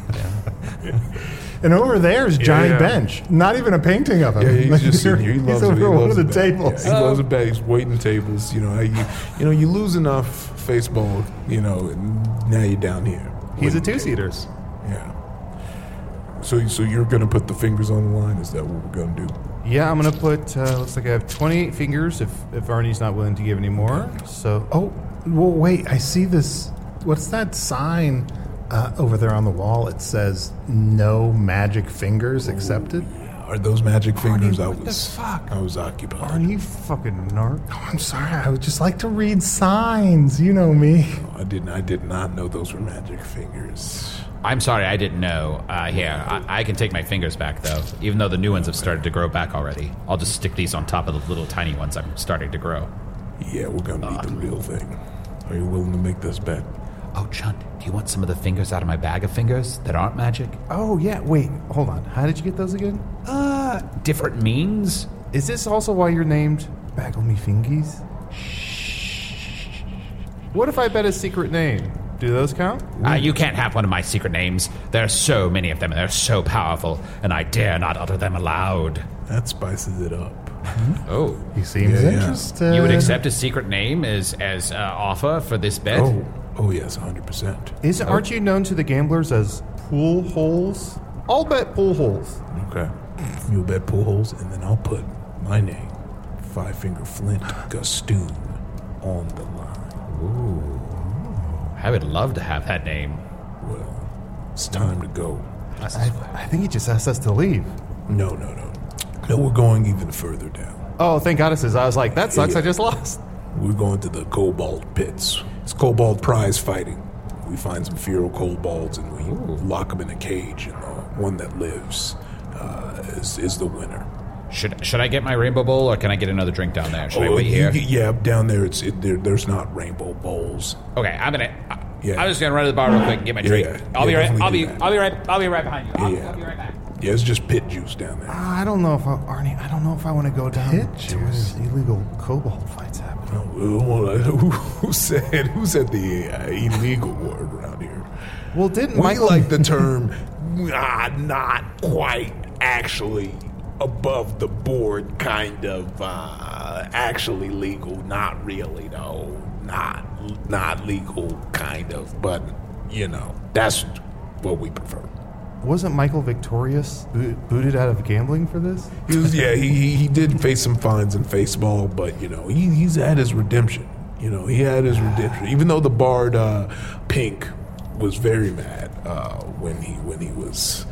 [SPEAKER 2] And over there is Johnny
[SPEAKER 5] yeah.
[SPEAKER 2] Bench. Not even a painting of him.
[SPEAKER 5] Yeah, he's
[SPEAKER 2] Like,
[SPEAKER 5] just sitting here.
[SPEAKER 2] [LAUGHS]
[SPEAKER 5] He
[SPEAKER 2] he's
[SPEAKER 5] loves it.
[SPEAKER 2] over
[SPEAKER 5] He
[SPEAKER 2] one
[SPEAKER 5] loves
[SPEAKER 2] of the
[SPEAKER 5] it back.
[SPEAKER 2] tables.
[SPEAKER 5] Yeah, he loves it back. He's waiting tables. You know, how you, you know, you lose enough baseball. You know, and now you're down here.
[SPEAKER 4] He's a two seater.
[SPEAKER 5] Yeah. So, so you're gonna put the fingers on the line? Is that what we're gonna do?
[SPEAKER 4] Yeah, I'm gonna put. Uh, looks like I have 28 fingers. If if Arnie's not willing to give any more, so oh,
[SPEAKER 2] Oh, well, wait. I see this. What's that sign uh, over there on the wall? It says "No magic fingers accepted."
[SPEAKER 5] Are those magic fingers? I
[SPEAKER 4] what the
[SPEAKER 5] was,
[SPEAKER 4] fuck?
[SPEAKER 5] I was occupied.
[SPEAKER 4] Arnie, you fucking narc.
[SPEAKER 2] Oh, I'm sorry. I would just like to read signs. You know me.
[SPEAKER 5] No, I didn't. I did not know those were magic fingers.
[SPEAKER 3] I'm sorry, I didn't know. Uh, here, I-, I can take my fingers back, though, even though the new ones have started to grow back already. I'll just stick these on top of the little tiny ones I'm starting to grow.
[SPEAKER 5] Yeah, we're gonna need the real thing. Are you willing to make this bet?
[SPEAKER 3] Oh, Chunt, do you want some of the fingers out of my bag of fingers that aren't magic?
[SPEAKER 4] Oh yeah, wait, hold on. How did you get those again?
[SPEAKER 3] Uh, different means?
[SPEAKER 4] Is this also why you're named Baggle Me Fingies? What if I bet a secret name? Do those count?
[SPEAKER 3] Uh, you can't have one of my secret names. There are so many of them, and they're so powerful, and I dare not utter them aloud.
[SPEAKER 5] That spices it up.
[SPEAKER 3] Oh.
[SPEAKER 2] He seems
[SPEAKER 5] Yeah, yeah.
[SPEAKER 2] interested.
[SPEAKER 5] Uh.
[SPEAKER 3] You would accept a secret name as, as uh, offer for this bet?
[SPEAKER 5] Oh, oh yes, hundred percent.
[SPEAKER 4] Is aren't you known to the gamblers as pool holes? I'll bet pool holes.
[SPEAKER 5] Okay. You'll bet pool holes, and then I'll put my name, Five Finger Flint Gustoon, on the line.
[SPEAKER 3] I would love to have that name.
[SPEAKER 5] Well, it's time to go.
[SPEAKER 4] I, I think he just asked us to leave.
[SPEAKER 5] No, no, no. No, we're going even further down.
[SPEAKER 4] Oh, thank goddesses. I was like, that sucks. I just lost.
[SPEAKER 5] We're going to the Cobalt Pits. It's Cobalt Prize Fighting. We find some feral kobolds and we lock them in a cage, and uh, one that lives uh, is, is the winner.
[SPEAKER 3] Should should I get my rainbow bowl or can I get another drink down there? Should I wait
[SPEAKER 5] Oh, you-
[SPEAKER 3] here?
[SPEAKER 5] you- yeah, down there, it's it, there, there's not rainbow bowls.
[SPEAKER 3] okay, I'm gonna. I-
[SPEAKER 5] Yeah.
[SPEAKER 3] I'm just gonna run to the bar real quick and get my drink.
[SPEAKER 5] yeah.
[SPEAKER 3] I'll
[SPEAKER 5] Yeah,
[SPEAKER 3] be right.
[SPEAKER 5] definitely
[SPEAKER 3] I'll
[SPEAKER 5] do
[SPEAKER 3] be.
[SPEAKER 5] that.
[SPEAKER 3] I'll be right. I'll be right behind you. I'll,
[SPEAKER 5] Yeah.
[SPEAKER 3] I'll be right back.
[SPEAKER 5] Yeah, it's just pit juice down there.
[SPEAKER 4] I don't know if I, Arnie. I don't know if I want to go down
[SPEAKER 2] Pit
[SPEAKER 4] to where
[SPEAKER 2] juice?
[SPEAKER 4] there's illegal cobalt fights happening.
[SPEAKER 5] Oh, well, uh, Who, who said who said the uh, illegal word around here?
[SPEAKER 4] Well, didn't
[SPEAKER 5] We
[SPEAKER 4] Michael
[SPEAKER 5] like the term ah, not quite actually above the board kind of uh, actually legal, not really though, not not legal kind of, but you know that's what we prefer.
[SPEAKER 4] wasn't Michael victorious boot, booted out of gambling for this?
[SPEAKER 5] He was, yeah, he, he he did face some fines in baseball, but you know he, he's had his redemption. You know he had his redemption, even though the bard uh, Pink was very mad uh, when he when he was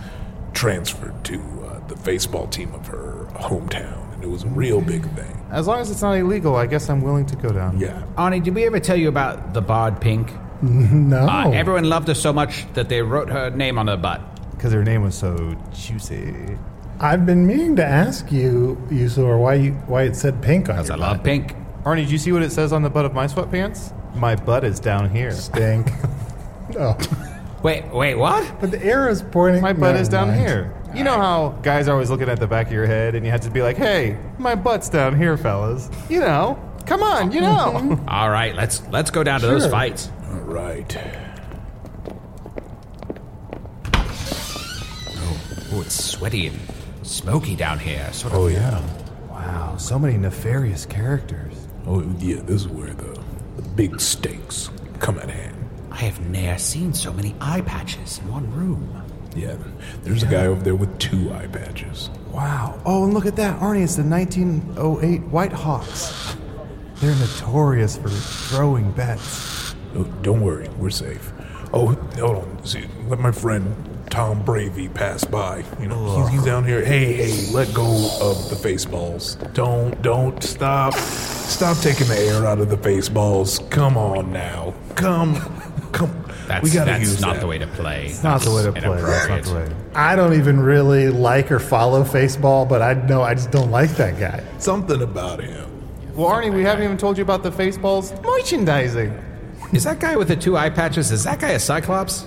[SPEAKER 5] transferred to uh, the baseball team of her hometown, and it was a real big thing.
[SPEAKER 4] As long as it's not illegal, I guess I'm willing to go down.
[SPEAKER 5] Yeah,
[SPEAKER 8] Arnie, did we ever tell you about the Bard
[SPEAKER 5] [LAUGHS]
[SPEAKER 8] Pink?
[SPEAKER 2] No.
[SPEAKER 8] Uh, Everyone loved her so much that they wrote her name on her butt.
[SPEAKER 4] Because her name was so juicy.
[SPEAKER 2] I've been meaning to ask you, Usador, why you why it said pink on
[SPEAKER 8] Because I
[SPEAKER 2] your
[SPEAKER 8] love pink.
[SPEAKER 4] Arnie, do you see what it says on the butt of my sweatpants? My butt is down
[SPEAKER 2] [LAUGHS]
[SPEAKER 4] here.
[SPEAKER 2] stink. oh,
[SPEAKER 8] Wait, wait, what?
[SPEAKER 2] but the arrow's pointing.
[SPEAKER 4] My butt
[SPEAKER 2] Never
[SPEAKER 4] is down
[SPEAKER 2] mind.
[SPEAKER 4] here. You know how guys are always looking at the back of your head and you have to be like, hey, my butt's down here, fellas. You know, come on, you
[SPEAKER 2] [LAUGHS]
[SPEAKER 4] know.
[SPEAKER 8] All right, let's let's go down to those
[SPEAKER 2] Sure.
[SPEAKER 8] fights.
[SPEAKER 5] all right.
[SPEAKER 8] Oh, it's sweaty and smoky down here. Sort of
[SPEAKER 5] Oh yeah,
[SPEAKER 4] wow, so many nefarious characters.
[SPEAKER 5] oh yeah. This is where the, the big stakes come at hand.
[SPEAKER 8] I have ne'er seen so many eye patches in one room.
[SPEAKER 5] Yeah, there's a guy over there with two eye patches.
[SPEAKER 4] Wow. Oh, and look at that, Arnie. It's the 1908 White Hawks. They're notorious for throwing bets.
[SPEAKER 5] Oh, don't worry, we're safe. Oh, hold on. See, let my friend Tom Bravey pass by. You know, he's, he's down here. Hey, hey, let go of the face balls. Don't, don't stop. Stop taking the air out of the face balls. Come on now. Come, come.
[SPEAKER 8] That's
[SPEAKER 5] we gotta
[SPEAKER 8] that's
[SPEAKER 5] use
[SPEAKER 8] not
[SPEAKER 5] that.
[SPEAKER 8] the way to play. It's
[SPEAKER 4] Not the way to play. That's not the way.
[SPEAKER 2] I don't even really like or follow Faceball, but I know I just don't like that guy.
[SPEAKER 5] Something about him.
[SPEAKER 4] Well, Arnie, we haven't even told you about the faceballs merchandising.
[SPEAKER 8] Is that guy with the two eye patches? Is that guy a cyclops?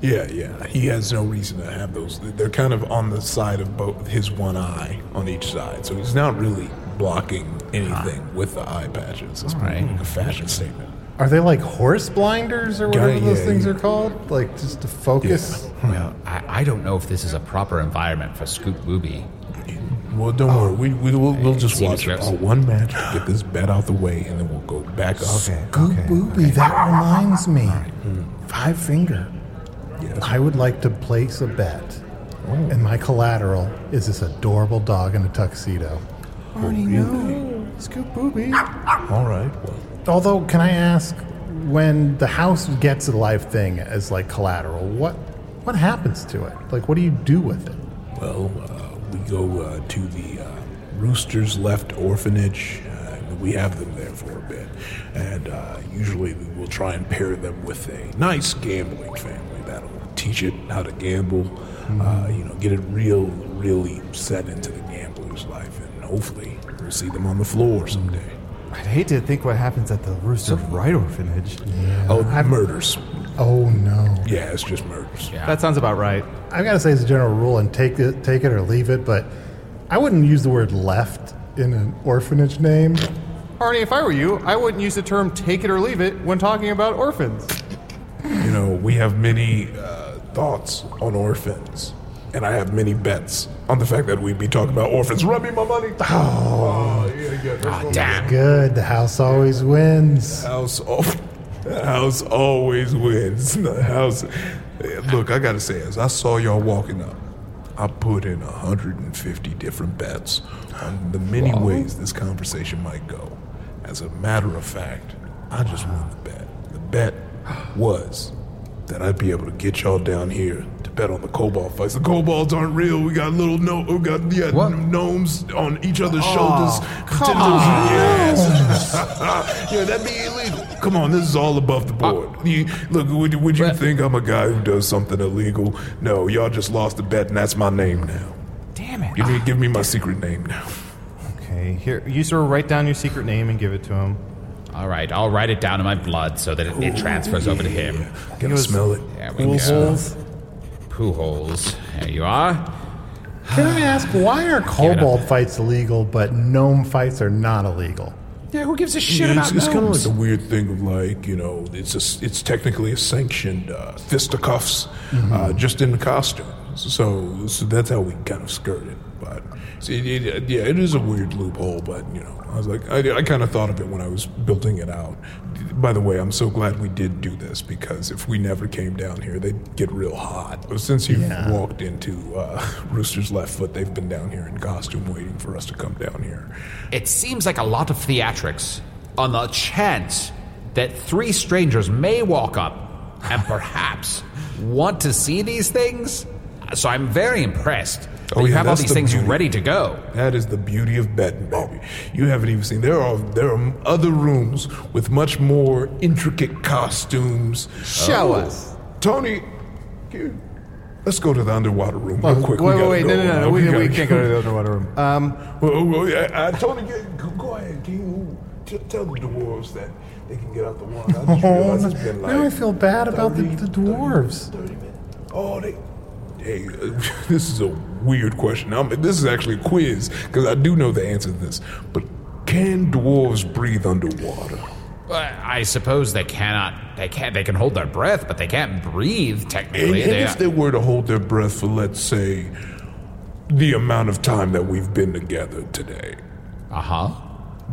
[SPEAKER 5] Yeah, yeah. He has no reason to have those. They're kind of on the side of both his one eye on each side, so he's not really blocking anything with the eye patches. It's
[SPEAKER 8] right.
[SPEAKER 5] like a fashion statement.
[SPEAKER 2] Are they like horse blinders or whatever
[SPEAKER 5] Guy-
[SPEAKER 2] those
[SPEAKER 5] yeah,
[SPEAKER 2] things
[SPEAKER 5] yeah.
[SPEAKER 2] are called? Like just to focus.
[SPEAKER 8] Well, I, I don't know if this is a proper environment for Scoop Booby.
[SPEAKER 5] Well, don't worry. We, we, we'll, we'll just
[SPEAKER 8] Seems
[SPEAKER 5] watch
[SPEAKER 8] gross.
[SPEAKER 5] all one match, get this bet out the way, and then we'll go back up.
[SPEAKER 2] Goo Booby, that reminds me.
[SPEAKER 4] Hmm.
[SPEAKER 2] Five Finger. I would like to place a bet.
[SPEAKER 4] Oh.
[SPEAKER 2] And my collateral is this adorable dog in a tuxedo.
[SPEAKER 4] Arnie, no. Scoop booby.
[SPEAKER 5] All right. Well,
[SPEAKER 2] Although, can I ask, when the house gets a live thing as like collateral, what what happens to it? Like, what do you do with it?
[SPEAKER 5] well uh, we go uh, to the uh, Rooster's Left Orphanage. Uh, we have them there for a bit. And uh, usually we will try and pair them with a nice gambling family that'll teach it how to gamble, uh, you know, get it real, really set into the gambler's life. And hopefully we'll see them on the floor someday.
[SPEAKER 4] I'd hate to think what happens at the Rooster Right Orphanage.
[SPEAKER 5] Oh, murders.
[SPEAKER 2] Oh no!
[SPEAKER 5] Yeah, it's just murders.
[SPEAKER 4] That sounds about right.
[SPEAKER 2] I've got to say, as a general rule, and take it, take it or leave it. But I wouldn't use the word "left" in an orphanage name.
[SPEAKER 4] Arnie, if I were you, I wouldn't use the term take it or leave it when talking about orphans.
[SPEAKER 5] You know, we have many uh, thoughts on orphans, and I have many bets on the fact that we'd be talking about orphans. Run me my money. Oh, yeah, yeah. Oh,
[SPEAKER 8] Ah, Damn.
[SPEAKER 2] Good. The house always wins.
[SPEAKER 5] House, al- [LAUGHS] the house always wins. [LAUGHS] The house. Eh, Look, I gotta say, as I saw y'all walking up, I put in 150 different bets on the many ways this conversation might go. As a matter of fact, I just won the bet. The bet was that I'd be able to get y'all down here to bet on the cobalt fights. The kobolds aren't real. We got little no, we got yeah,
[SPEAKER 8] What?
[SPEAKER 5] gnomes on each other's shoulders. Tendrils. Yes. [LAUGHS] yeah, that'd be illegal. Come on, this is all above the board. You- look, would, would you
[SPEAKER 8] Well-
[SPEAKER 5] think I'm a guy who does something illegal? No, y'all just lost the bet, and that's my name now.
[SPEAKER 8] Damn it.
[SPEAKER 5] Give me, give me my secret name now.
[SPEAKER 4] Okay, here, you sir, write down your secret name and give it to him.
[SPEAKER 8] All right, I'll write it down in my blood so that it, it transfers over to him.
[SPEAKER 5] Can I smell it?
[SPEAKER 8] There we go. Poo holes. There you are.
[SPEAKER 2] Can I ask why are kobold fights illegal but gnome fights are not illegal?
[SPEAKER 3] Yeah, who gives a
[SPEAKER 5] Yeah, it's, it's kind of like the weird thing of like you know it's a s it's technically a sanctioned uh, fisticuffs uh, just in the costume so so that's how we kind of skirt it but see, it, it- yeah it is a weird loophole but you know I was like I, I kind of thought of it when I was building it out by the way I'm so glad we did do this because if we never came down here they'd get real hot but since you've
[SPEAKER 2] Yeah.
[SPEAKER 5] walked into uh, [LAUGHS] Rooster's left foot they've been down here in costume waiting for us to come down here
[SPEAKER 3] It seems like a lot of theatrics on the chance that three strangers may walk up and perhaps [LAUGHS] want to see these things. So I'm very impressed. that
[SPEAKER 5] Oh,
[SPEAKER 3] you
[SPEAKER 5] yeah,
[SPEAKER 3] have all
[SPEAKER 5] that's
[SPEAKER 3] these
[SPEAKER 5] the
[SPEAKER 3] things
[SPEAKER 5] beauty.
[SPEAKER 3] ready to go.
[SPEAKER 5] That is the beauty of Benton, baby. You haven't even seen. There are there are other rooms with much more intricate costumes.
[SPEAKER 4] Show
[SPEAKER 5] Oh.
[SPEAKER 4] us.
[SPEAKER 5] Tony. you- Let's go to the underwater room
[SPEAKER 4] Well,
[SPEAKER 5] real quick.
[SPEAKER 4] wait,
[SPEAKER 5] we
[SPEAKER 4] wait,
[SPEAKER 5] gotta go.
[SPEAKER 4] wait, no, no, no, no, we-
[SPEAKER 5] gotta
[SPEAKER 4] we can't go to the underwater room. Um,
[SPEAKER 5] well, well, yeah, uh, Tony, get, go, go ahead. Can you t- tell the dwarves that they can get out the water? I
[SPEAKER 2] [LAUGHS]
[SPEAKER 5] just
[SPEAKER 2] Oh,
[SPEAKER 5] realized it's been like
[SPEAKER 2] now I feel bad about the, the dwarves.
[SPEAKER 5] Oh, they. Hey, [LAUGHS] this is a weird question. I'm, this is actually a quiz because I do know the answer to this. But can dwarves breathe underwater?
[SPEAKER 3] Uh, I suppose they cannot. They can. They can hold their breath, but they can't breathe.
[SPEAKER 5] And,
[SPEAKER 3] Technically,
[SPEAKER 5] and
[SPEAKER 3] they
[SPEAKER 5] if they were to hold their breath for, let's say, the amount of time that we've been together today,
[SPEAKER 3] uh huh.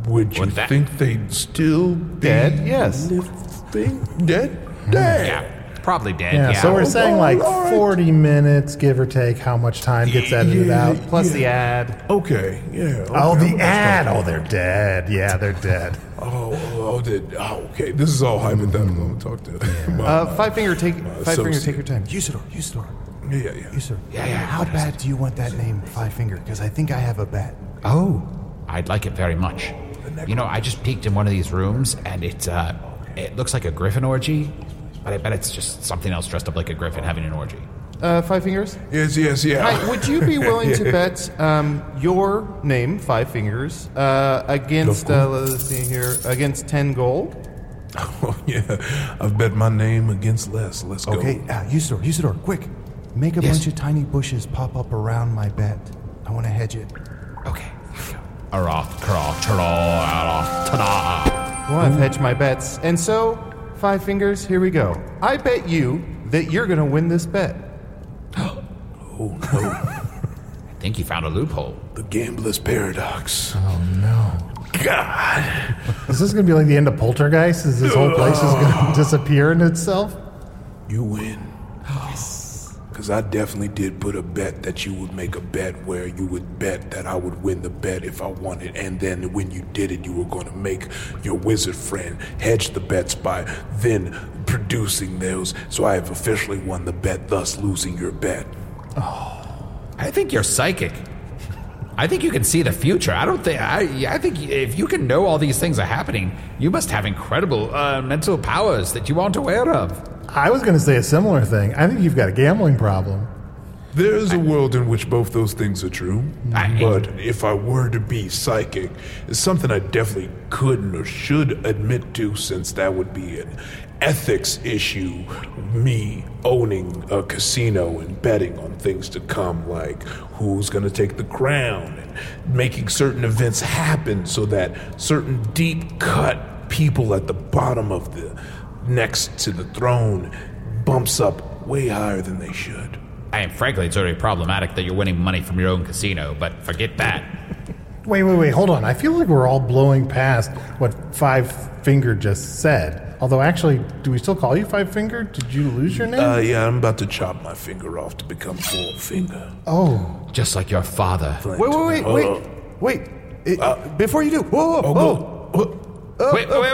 [SPEAKER 5] would you
[SPEAKER 3] Would that-
[SPEAKER 5] think they'd still be
[SPEAKER 4] Dead? Yes.
[SPEAKER 5] living? Dead? Dead.
[SPEAKER 3] Yeah, probably dead.
[SPEAKER 2] Yeah,
[SPEAKER 3] Yeah.
[SPEAKER 2] so we're saying like
[SPEAKER 5] all right.
[SPEAKER 2] 40 minutes, give or take, how much time gets edited
[SPEAKER 5] Yeah.
[SPEAKER 2] out.
[SPEAKER 4] plus the ad.
[SPEAKER 5] Okay. Yeah.
[SPEAKER 2] Oh,
[SPEAKER 5] okay,
[SPEAKER 2] the
[SPEAKER 5] I'm-
[SPEAKER 2] ad. Oh, they're dead. Yeah, they're dead.
[SPEAKER 5] Oh, oh, oh, did, oh, okay. This is all hypothetical. I'm gonna talk to. [LAUGHS] my-
[SPEAKER 4] Uh,
[SPEAKER 5] my-
[SPEAKER 4] five finger take.
[SPEAKER 5] my
[SPEAKER 4] Five finger take your
[SPEAKER 5] associate.
[SPEAKER 4] time. Usador. Usador.
[SPEAKER 5] Yeah, yeah. yeah.
[SPEAKER 4] Usador.
[SPEAKER 3] Yeah, yeah,
[SPEAKER 4] How bad do you want that name, Five Finger? Because I think I have a bet.
[SPEAKER 3] Oh, I'd like it very much. You know, I just peeked in one of these rooms, and it uh, it looks like a griffin orgy, but I bet it's just something else dressed up like a griffin having an orgy.
[SPEAKER 4] Uh, five Fingers.
[SPEAKER 5] Yes, yes, yeah.
[SPEAKER 4] Hi, would you be
[SPEAKER 9] [LAUGHS]
[SPEAKER 4] willing to bet um, your name, Five Fingers, uh, against uh, let's see here, against ten gold?
[SPEAKER 5] [LAUGHS] Oh, yeah. I've bet my name against Les. Let's go.
[SPEAKER 9] Okay, uh, Usador, Usador, quick. Make a
[SPEAKER 3] Yes.
[SPEAKER 9] bunch of tiny bushes pop up around my bet. I want to hedge it.
[SPEAKER 3] Okay. Aroth, Karoth, Taroth, Aroth, Tada.
[SPEAKER 4] Well, I've hedged my bets, and so Five Fingers, here we go. I bet you that you're going to win this bet.
[SPEAKER 3] I think you found a loophole.
[SPEAKER 5] The gambler's paradox. Oh no. God.
[SPEAKER 2] Is this going to be like the end of Poltergeist? Is this whole place is
[SPEAKER 4] [LAUGHS]
[SPEAKER 2] going to disappear in itself?
[SPEAKER 5] You win. Because I definitely did put a bet that you would make a bet where you would bet that I would win the bet if I won it. And then when you did it, you were going to make your wizard friend hedge the bets by then producing those. So I have officially won the bet, thus losing your bet.
[SPEAKER 3] I think you're psychic. I think you can see the future. I don't think. I, I think if you can know all these things are happening, you must have incredible uh, mental powers that you aren't aware of.
[SPEAKER 2] I was going to say a similar thing. I think you've got a gambling problem.
[SPEAKER 5] There is a world in which both those things are true.
[SPEAKER 3] I-
[SPEAKER 5] but if I were to be psychic, it's something I definitely couldn't or should admit to, since that would be an ethics issue. Me owning a casino and betting on things to come, like who's going to take the crown, and making certain events happen so that certain deep cut people at the bottom of the next to the throne bumps up way higher than they should.
[SPEAKER 3] I am frankly, it's already problematic that you're winning money from your own casino. But forget that.
[SPEAKER 2] Wait, wait, wait. Hold on. I feel like we're all blowing past what Five Finger just said. Although, actually, do we still call you Five Finger? Did you lose your name?
[SPEAKER 5] Uh, yeah, I'm about to chop my finger off to become four finger.
[SPEAKER 2] oh,
[SPEAKER 3] Just like your father.
[SPEAKER 4] Wait, wait, wait, wait,
[SPEAKER 5] uh,
[SPEAKER 4] wait! It- before you do, whoa, whoa, whoa. Oh.
[SPEAKER 3] wait, wait, wait, wait.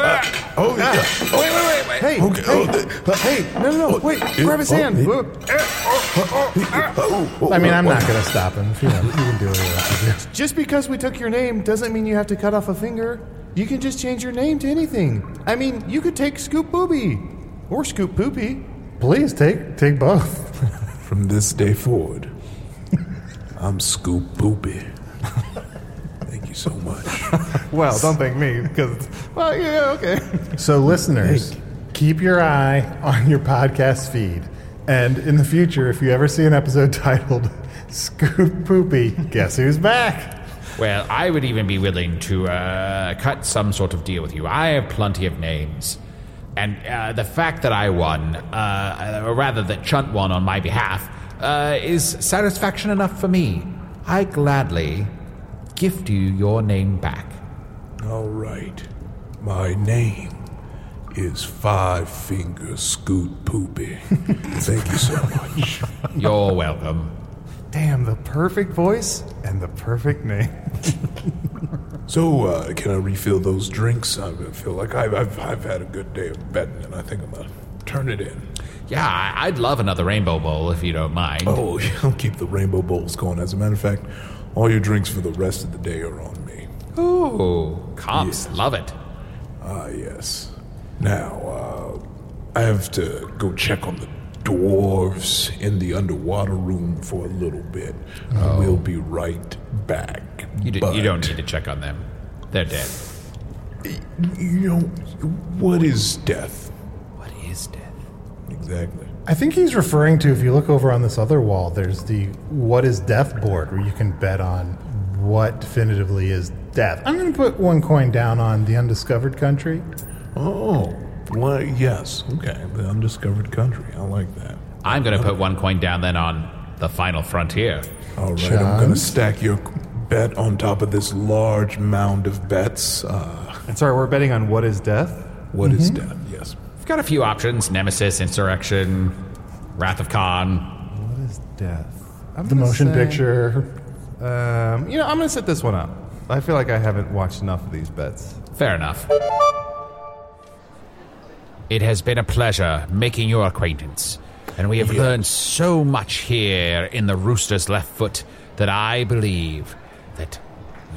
[SPEAKER 5] Oh, yeah.
[SPEAKER 4] Ah.
[SPEAKER 5] Oh, wait, wait, wait,
[SPEAKER 4] Hey,
[SPEAKER 5] Okay, oh,
[SPEAKER 4] hey,
[SPEAKER 5] the-
[SPEAKER 4] hey, no, no, no, wait, Oh, grab his
[SPEAKER 5] oh,
[SPEAKER 4] hand.
[SPEAKER 5] eh,
[SPEAKER 4] Whoa. ah.
[SPEAKER 5] Oh,
[SPEAKER 2] I mean, I'm not going to stop him. You, know, you can do what you want to do.
[SPEAKER 4] Just because we took your name doesn't mean you have to cut off a finger. You can just change your name to anything. I mean, you could take Scoop Booby or Scoop Poopy.
[SPEAKER 2] Please take take both.
[SPEAKER 5] From this day
[SPEAKER 4] [LAUGHS]
[SPEAKER 5] forward, I'm Scoop Boopy. Thank you so much.
[SPEAKER 4] Well, don't thank me because, well, yeah, okay.
[SPEAKER 2] So, listeners, keep your eye on your podcast feed. And in the future, if you ever see an episode [LAUGHS] titled Scoot Poopy. Guess who's back?
[SPEAKER 3] Well, I would even be willing to uh, cut some sort of deal with you. I have plenty of names. And uh, the fact that I won, uh, or rather that Chunt won on my behalf, uh, is satisfaction enough for me. I gladly gift you your name back.
[SPEAKER 5] All right. My name is Five Finger Scoot Poopy. Thank you so
[SPEAKER 4] [LAUGHS]
[SPEAKER 5] much.
[SPEAKER 3] You're welcome.
[SPEAKER 4] Damn, the perfect voice and the perfect name.
[SPEAKER 5] So, uh, can I refill those drinks? I feel like I've, I've, I've had a good day of betting, and I think I'm going to turn it in. [LAUGHS]
[SPEAKER 3] Yeah, I- I'd love another Rainbow Bowl if you don't mind.
[SPEAKER 5] Oh, I'll keep the rainbow bowls going. As a matter of fact, all your drinks for the rest of the day are on me.
[SPEAKER 3] Ooh, cops love it.
[SPEAKER 5] Ah, yes. Now, uh, I have to go check on the dwarves in the underwater room for a little bit. I will be right back.
[SPEAKER 3] Oh. You, do, you don't need to check on them. They're dead.
[SPEAKER 5] You know, what is death?
[SPEAKER 3] What is death?
[SPEAKER 5] Exactly.
[SPEAKER 2] I think he's referring to, if you look over on this other wall, there's the What is Death board where you can bet on what definitively is death. I'm going to put one coin down on the undiscovered country.
[SPEAKER 5] Oh, well, yes. Okay, the undiscovered country. I like that.
[SPEAKER 3] I'm going to put one coin down then on the final frontier.
[SPEAKER 5] All right, I'm going to stack your bet on top of this large mound of bets. Uh,
[SPEAKER 4] And sorry, we're betting on what is death?
[SPEAKER 5] What is death? Yes.
[SPEAKER 3] We've got a few options Nemesis, Insurrection, Wrath of Khan.
[SPEAKER 4] What is death? I'm
[SPEAKER 2] The
[SPEAKER 4] gonna
[SPEAKER 2] motion
[SPEAKER 4] say-
[SPEAKER 2] picture.
[SPEAKER 4] Um, you know, I'm going to set this one up. I feel like I haven't watched enough of these bets.
[SPEAKER 3] Fair enough. It has been a pleasure making your acquaintance, and we have learned so much here in the Rooster's Left Foot that I believe that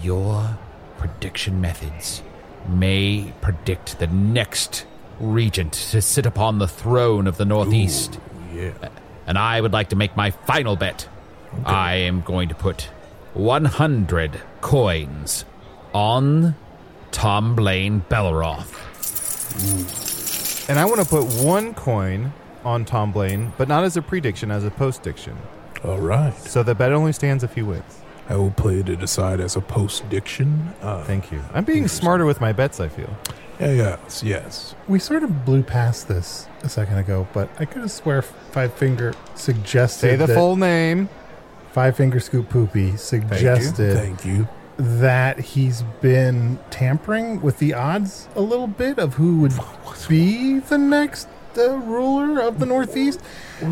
[SPEAKER 3] your prediction methods may predict the next regent to sit upon the throne of the Northeast. Uh,
[SPEAKER 5] Yeah.
[SPEAKER 3] And I would like to make my final bet. I am going to put 100 coins on Tom Blaine Belleroth.
[SPEAKER 4] And I want to put one coin on Tom Blaine, but not as a prediction, as a postdiction.
[SPEAKER 5] All right.
[SPEAKER 4] So the bet only stands if he wins.
[SPEAKER 5] I will play to decide as a post diction. Uh,
[SPEAKER 4] Thank you. I'm being smarter with my bets, I feel.
[SPEAKER 5] yeah, yes, yes.
[SPEAKER 2] We sort of blew past this a second ago, but I could have swear Five Finger suggested
[SPEAKER 4] Say the
[SPEAKER 2] that
[SPEAKER 4] full name.
[SPEAKER 2] Five Finger Scoop Poopy suggested
[SPEAKER 5] Thank you.
[SPEAKER 2] that he's been tampering with the odds a little bit of who would be the next uh, ruler of the Northeast.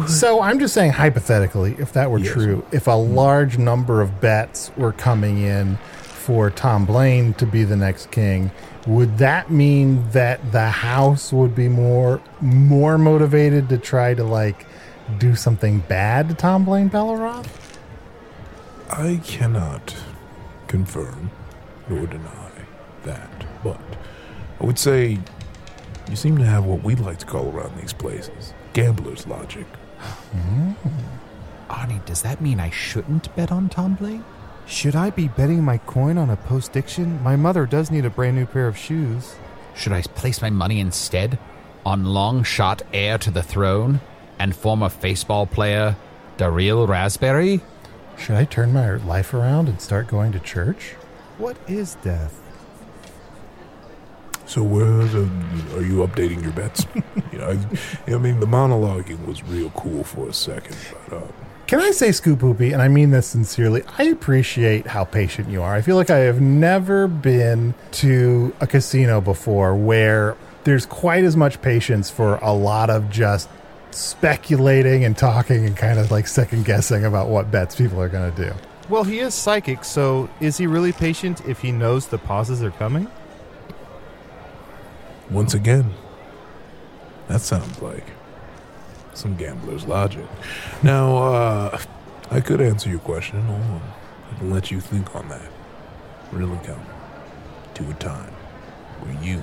[SPEAKER 2] So I'm just saying, hypothetically, if that were true, if a large number of bets were coming in for Tom Blaine to be the next king, would that mean that the House would be more more motivated to try to like do something bad to Tom Blaine Belleroth?
[SPEAKER 5] I cannot confirm nor deny that, but I would say you seem to have what we like to call around these places gambler's logic.
[SPEAKER 3] Arnie, does that mean I shouldn't bet on Tom Blaine?
[SPEAKER 4] Should I be betting my coin on a postdiction? My mother does need a brand new pair of shoes.
[SPEAKER 3] Should I place my money instead on long shot heir to the throne and former baseball player Daryl Raspberry?
[SPEAKER 2] Should I turn my life around and start going to church?
[SPEAKER 4] What is death?
[SPEAKER 5] So, where's the, are you updating your bets? [LAUGHS] you know, I, I mean, the monologuing was real cool for a second, but uh,
[SPEAKER 2] Can I say, Scoop Poopy, and I mean this sincerely, I appreciate how patient you are. I feel like I have never been to a casino before where there's quite as much patience for a lot of just speculating and talking and kind of like second guessing about what bets people are going to do.
[SPEAKER 4] Well, he is psychic, so is he really patient if he knows the pauses are coming?
[SPEAKER 5] Once again, that sounds like some gambler's logic. Now, uh, I could answer your question, or I can let you think on that. Really come to a time where you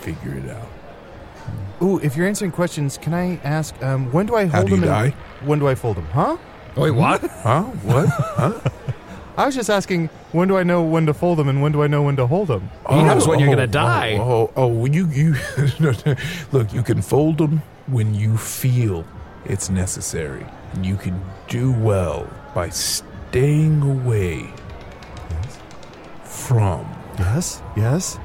[SPEAKER 5] figure it out.
[SPEAKER 4] Ooh, if you're answering questions, can I ask um, when do I hold
[SPEAKER 5] How do
[SPEAKER 4] him?
[SPEAKER 5] you
[SPEAKER 4] and-
[SPEAKER 5] die?
[SPEAKER 4] when do I fold him? Huh?
[SPEAKER 3] Wait, what?
[SPEAKER 5] Huh? What? huh?
[SPEAKER 4] I was just asking when do I know when to fold him and when do I know when to hold him?
[SPEAKER 3] He knows when you're gonna die.
[SPEAKER 5] Oh, oh, oh, when you you [LAUGHS] no, no. look, you can fold them when you feel it's necessary. You can do well by staying away from.
[SPEAKER 4] Yes, yes.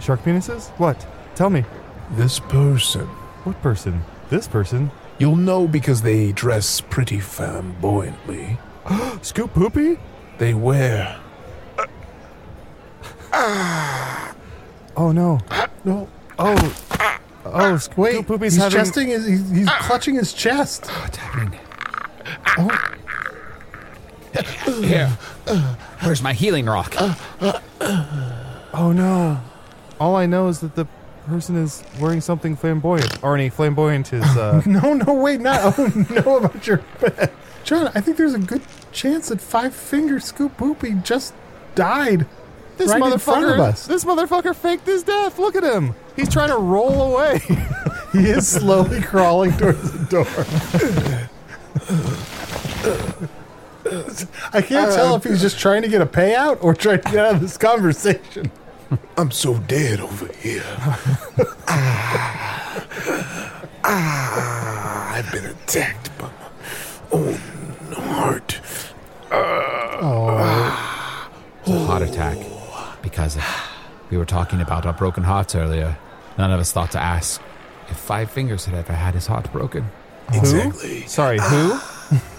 [SPEAKER 4] Shark penises? What? Tell me.
[SPEAKER 5] This person.
[SPEAKER 4] What person? This person?
[SPEAKER 5] You'll know because they dress pretty flamboyantly.
[SPEAKER 4] Scoop poopy?
[SPEAKER 5] They wear.
[SPEAKER 4] Oh
[SPEAKER 2] [COUGHS]
[SPEAKER 4] no. No. Oh. Oh, Scoop
[SPEAKER 2] Wait,
[SPEAKER 4] poopy's
[SPEAKER 2] he's
[SPEAKER 4] having.
[SPEAKER 2] chesting his, he's, he's clutching his
[SPEAKER 5] [GASPS]
[SPEAKER 2] chest.
[SPEAKER 3] Here. Where's my healing rock?
[SPEAKER 4] Oh no. All I know is that the person is wearing something flamboyant. Arnie, flamboyant is. Uh,
[SPEAKER 2] [LAUGHS] No, no, wait, not. [LAUGHS] Oh, no, about your bet. John, I think there's a good chance that Five Finger Scoop Boopy just died.
[SPEAKER 4] this
[SPEAKER 2] right
[SPEAKER 4] motherfucker.
[SPEAKER 2] in front of us.
[SPEAKER 4] This motherfucker faked his death. Look at him. He's trying to roll away.
[SPEAKER 2] [LAUGHS] He is [LAUGHS] slowly crawling towards the door. I can't tell if he's just trying to get a payout or trying to get out of this conversation.
[SPEAKER 5] I'm so dead over [LAUGHS] here. Ah. Ah, I've been attacked by my own heart.
[SPEAKER 8] It's a heart attack because we were talking about our broken hearts earlier. None of us thought to ask if Five Fingers had ever had his heart broken.
[SPEAKER 5] Exactly.
[SPEAKER 4] Sorry, who?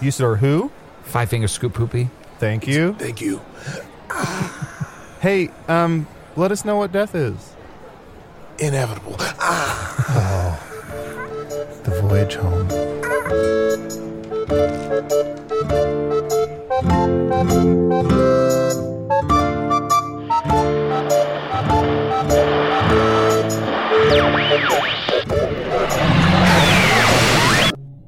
[SPEAKER 4] you sir, who?
[SPEAKER 8] Five Fingers Scoop Poopy.
[SPEAKER 4] Thank you.
[SPEAKER 5] Thank you.
[SPEAKER 4] Hey, um, let us know what death is.
[SPEAKER 5] Inevitable.
[SPEAKER 2] The voyage home.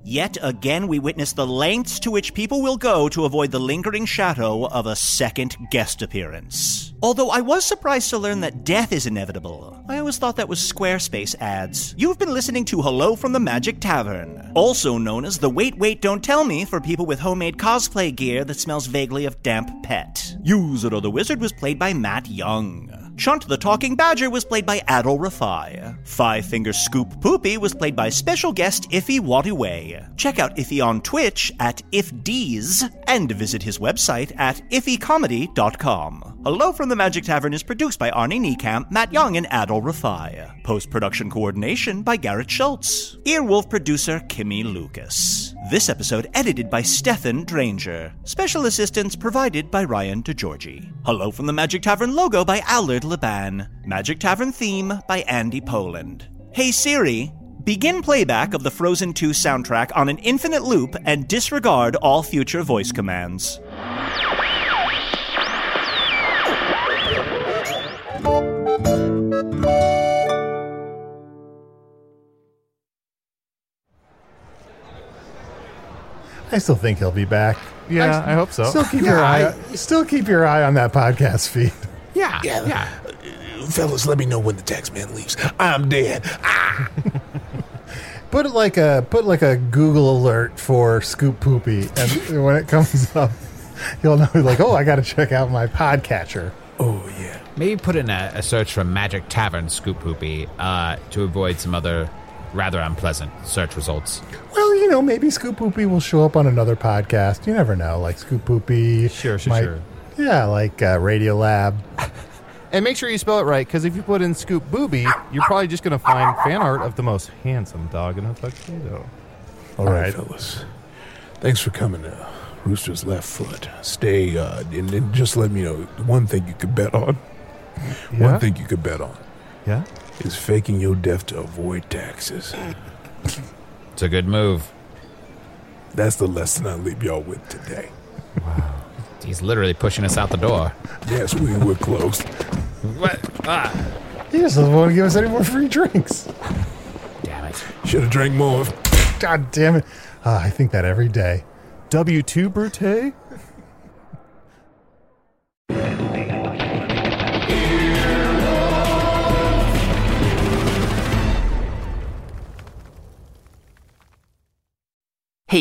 [SPEAKER 1] Yet again, we witness the lengths to which people will go to avoid the lingering shadow of a second guest appearance. Although I was surprised to learn that death is inevitable. I always thought that was Squarespace ads. You've been listening to Hello from the Magic Tavern, also known as the Wait Wait Don't Tell Me for people with homemade cosplay gear that smells vaguely of damp pet. User or the Wizard was played by Matt Young. Chunt the Talking Badger was played by Adol Rafai. Five Finger Scoop Poopy was played by special guest Iffy Wadiway. Check out Iffy on Twitch at IffDees and visit his website at iffycomedy.com. Hello from the Magic Tavern is produced by Arnie Niekamp, Matt Young, and Adol Rafai. Post production coordination by Garrett Schultz. Earwolf producer Kimmy Lucas. This episode edited by Stefan Dranger. Special assistance provided by Ryan DeGiorgi. Hello from the Magic Tavern logo by Allard Laban. Magic Tavern theme by Andy Poland. Hey Siri, begin playback of the Frozen 2 soundtrack on an infinite loop and disregard all future voice commands.
[SPEAKER 2] I still think he'll be back.
[SPEAKER 4] Yeah, I hope so.
[SPEAKER 2] Still keep your eye. Still keep your eye on that podcast feed.
[SPEAKER 3] Yeah.
[SPEAKER 5] Yeah. Fellas, let me know when the tax man leaves. I'm dead. Ah.
[SPEAKER 2] [LAUGHS] Put it like a put like a Google alert for Scoop Poopy, and when it comes [LAUGHS] up, you'll know. Like, oh, I got to check out my podcatcher.
[SPEAKER 5] Oh, yeah.
[SPEAKER 8] Maybe put in a, a search for Magic Tavern Scoop Poopy uh, to avoid some other rather unpleasant search results.
[SPEAKER 2] Well, you know, maybe Scoop Poopy will show up on another podcast. You never know. Like Scoop Poopy.
[SPEAKER 4] Sure, sure,
[SPEAKER 2] might-
[SPEAKER 4] sure.
[SPEAKER 2] Yeah, like uh, Radio Lab.
[SPEAKER 4] [LAUGHS] And make sure you spell it right, because if you put in Scoop Booby, you're probably just going to find fan art of the most handsome dog in a tuxedo.
[SPEAKER 5] All right, fellas. Thanks for coming to Rooster's Left Foot. Stay, uh, and, and just let me know one thing you could bet on.
[SPEAKER 4] Yeah?
[SPEAKER 5] One thing you could bet on
[SPEAKER 4] Yeah?
[SPEAKER 5] is faking your death to avoid taxes.
[SPEAKER 8] It's a good move.
[SPEAKER 5] That's the lesson I leave y'all with today.
[SPEAKER 8] He's literally pushing us out the door.
[SPEAKER 5] Yes, we were close.
[SPEAKER 8] What? Ah,
[SPEAKER 2] He just doesn't want to give us any more free drinks.
[SPEAKER 8] damn it.
[SPEAKER 5] Should have drank more.
[SPEAKER 2] God damn it! Ah, I think that every day.
[SPEAKER 4] W2 Brute?
[SPEAKER 10] Hey,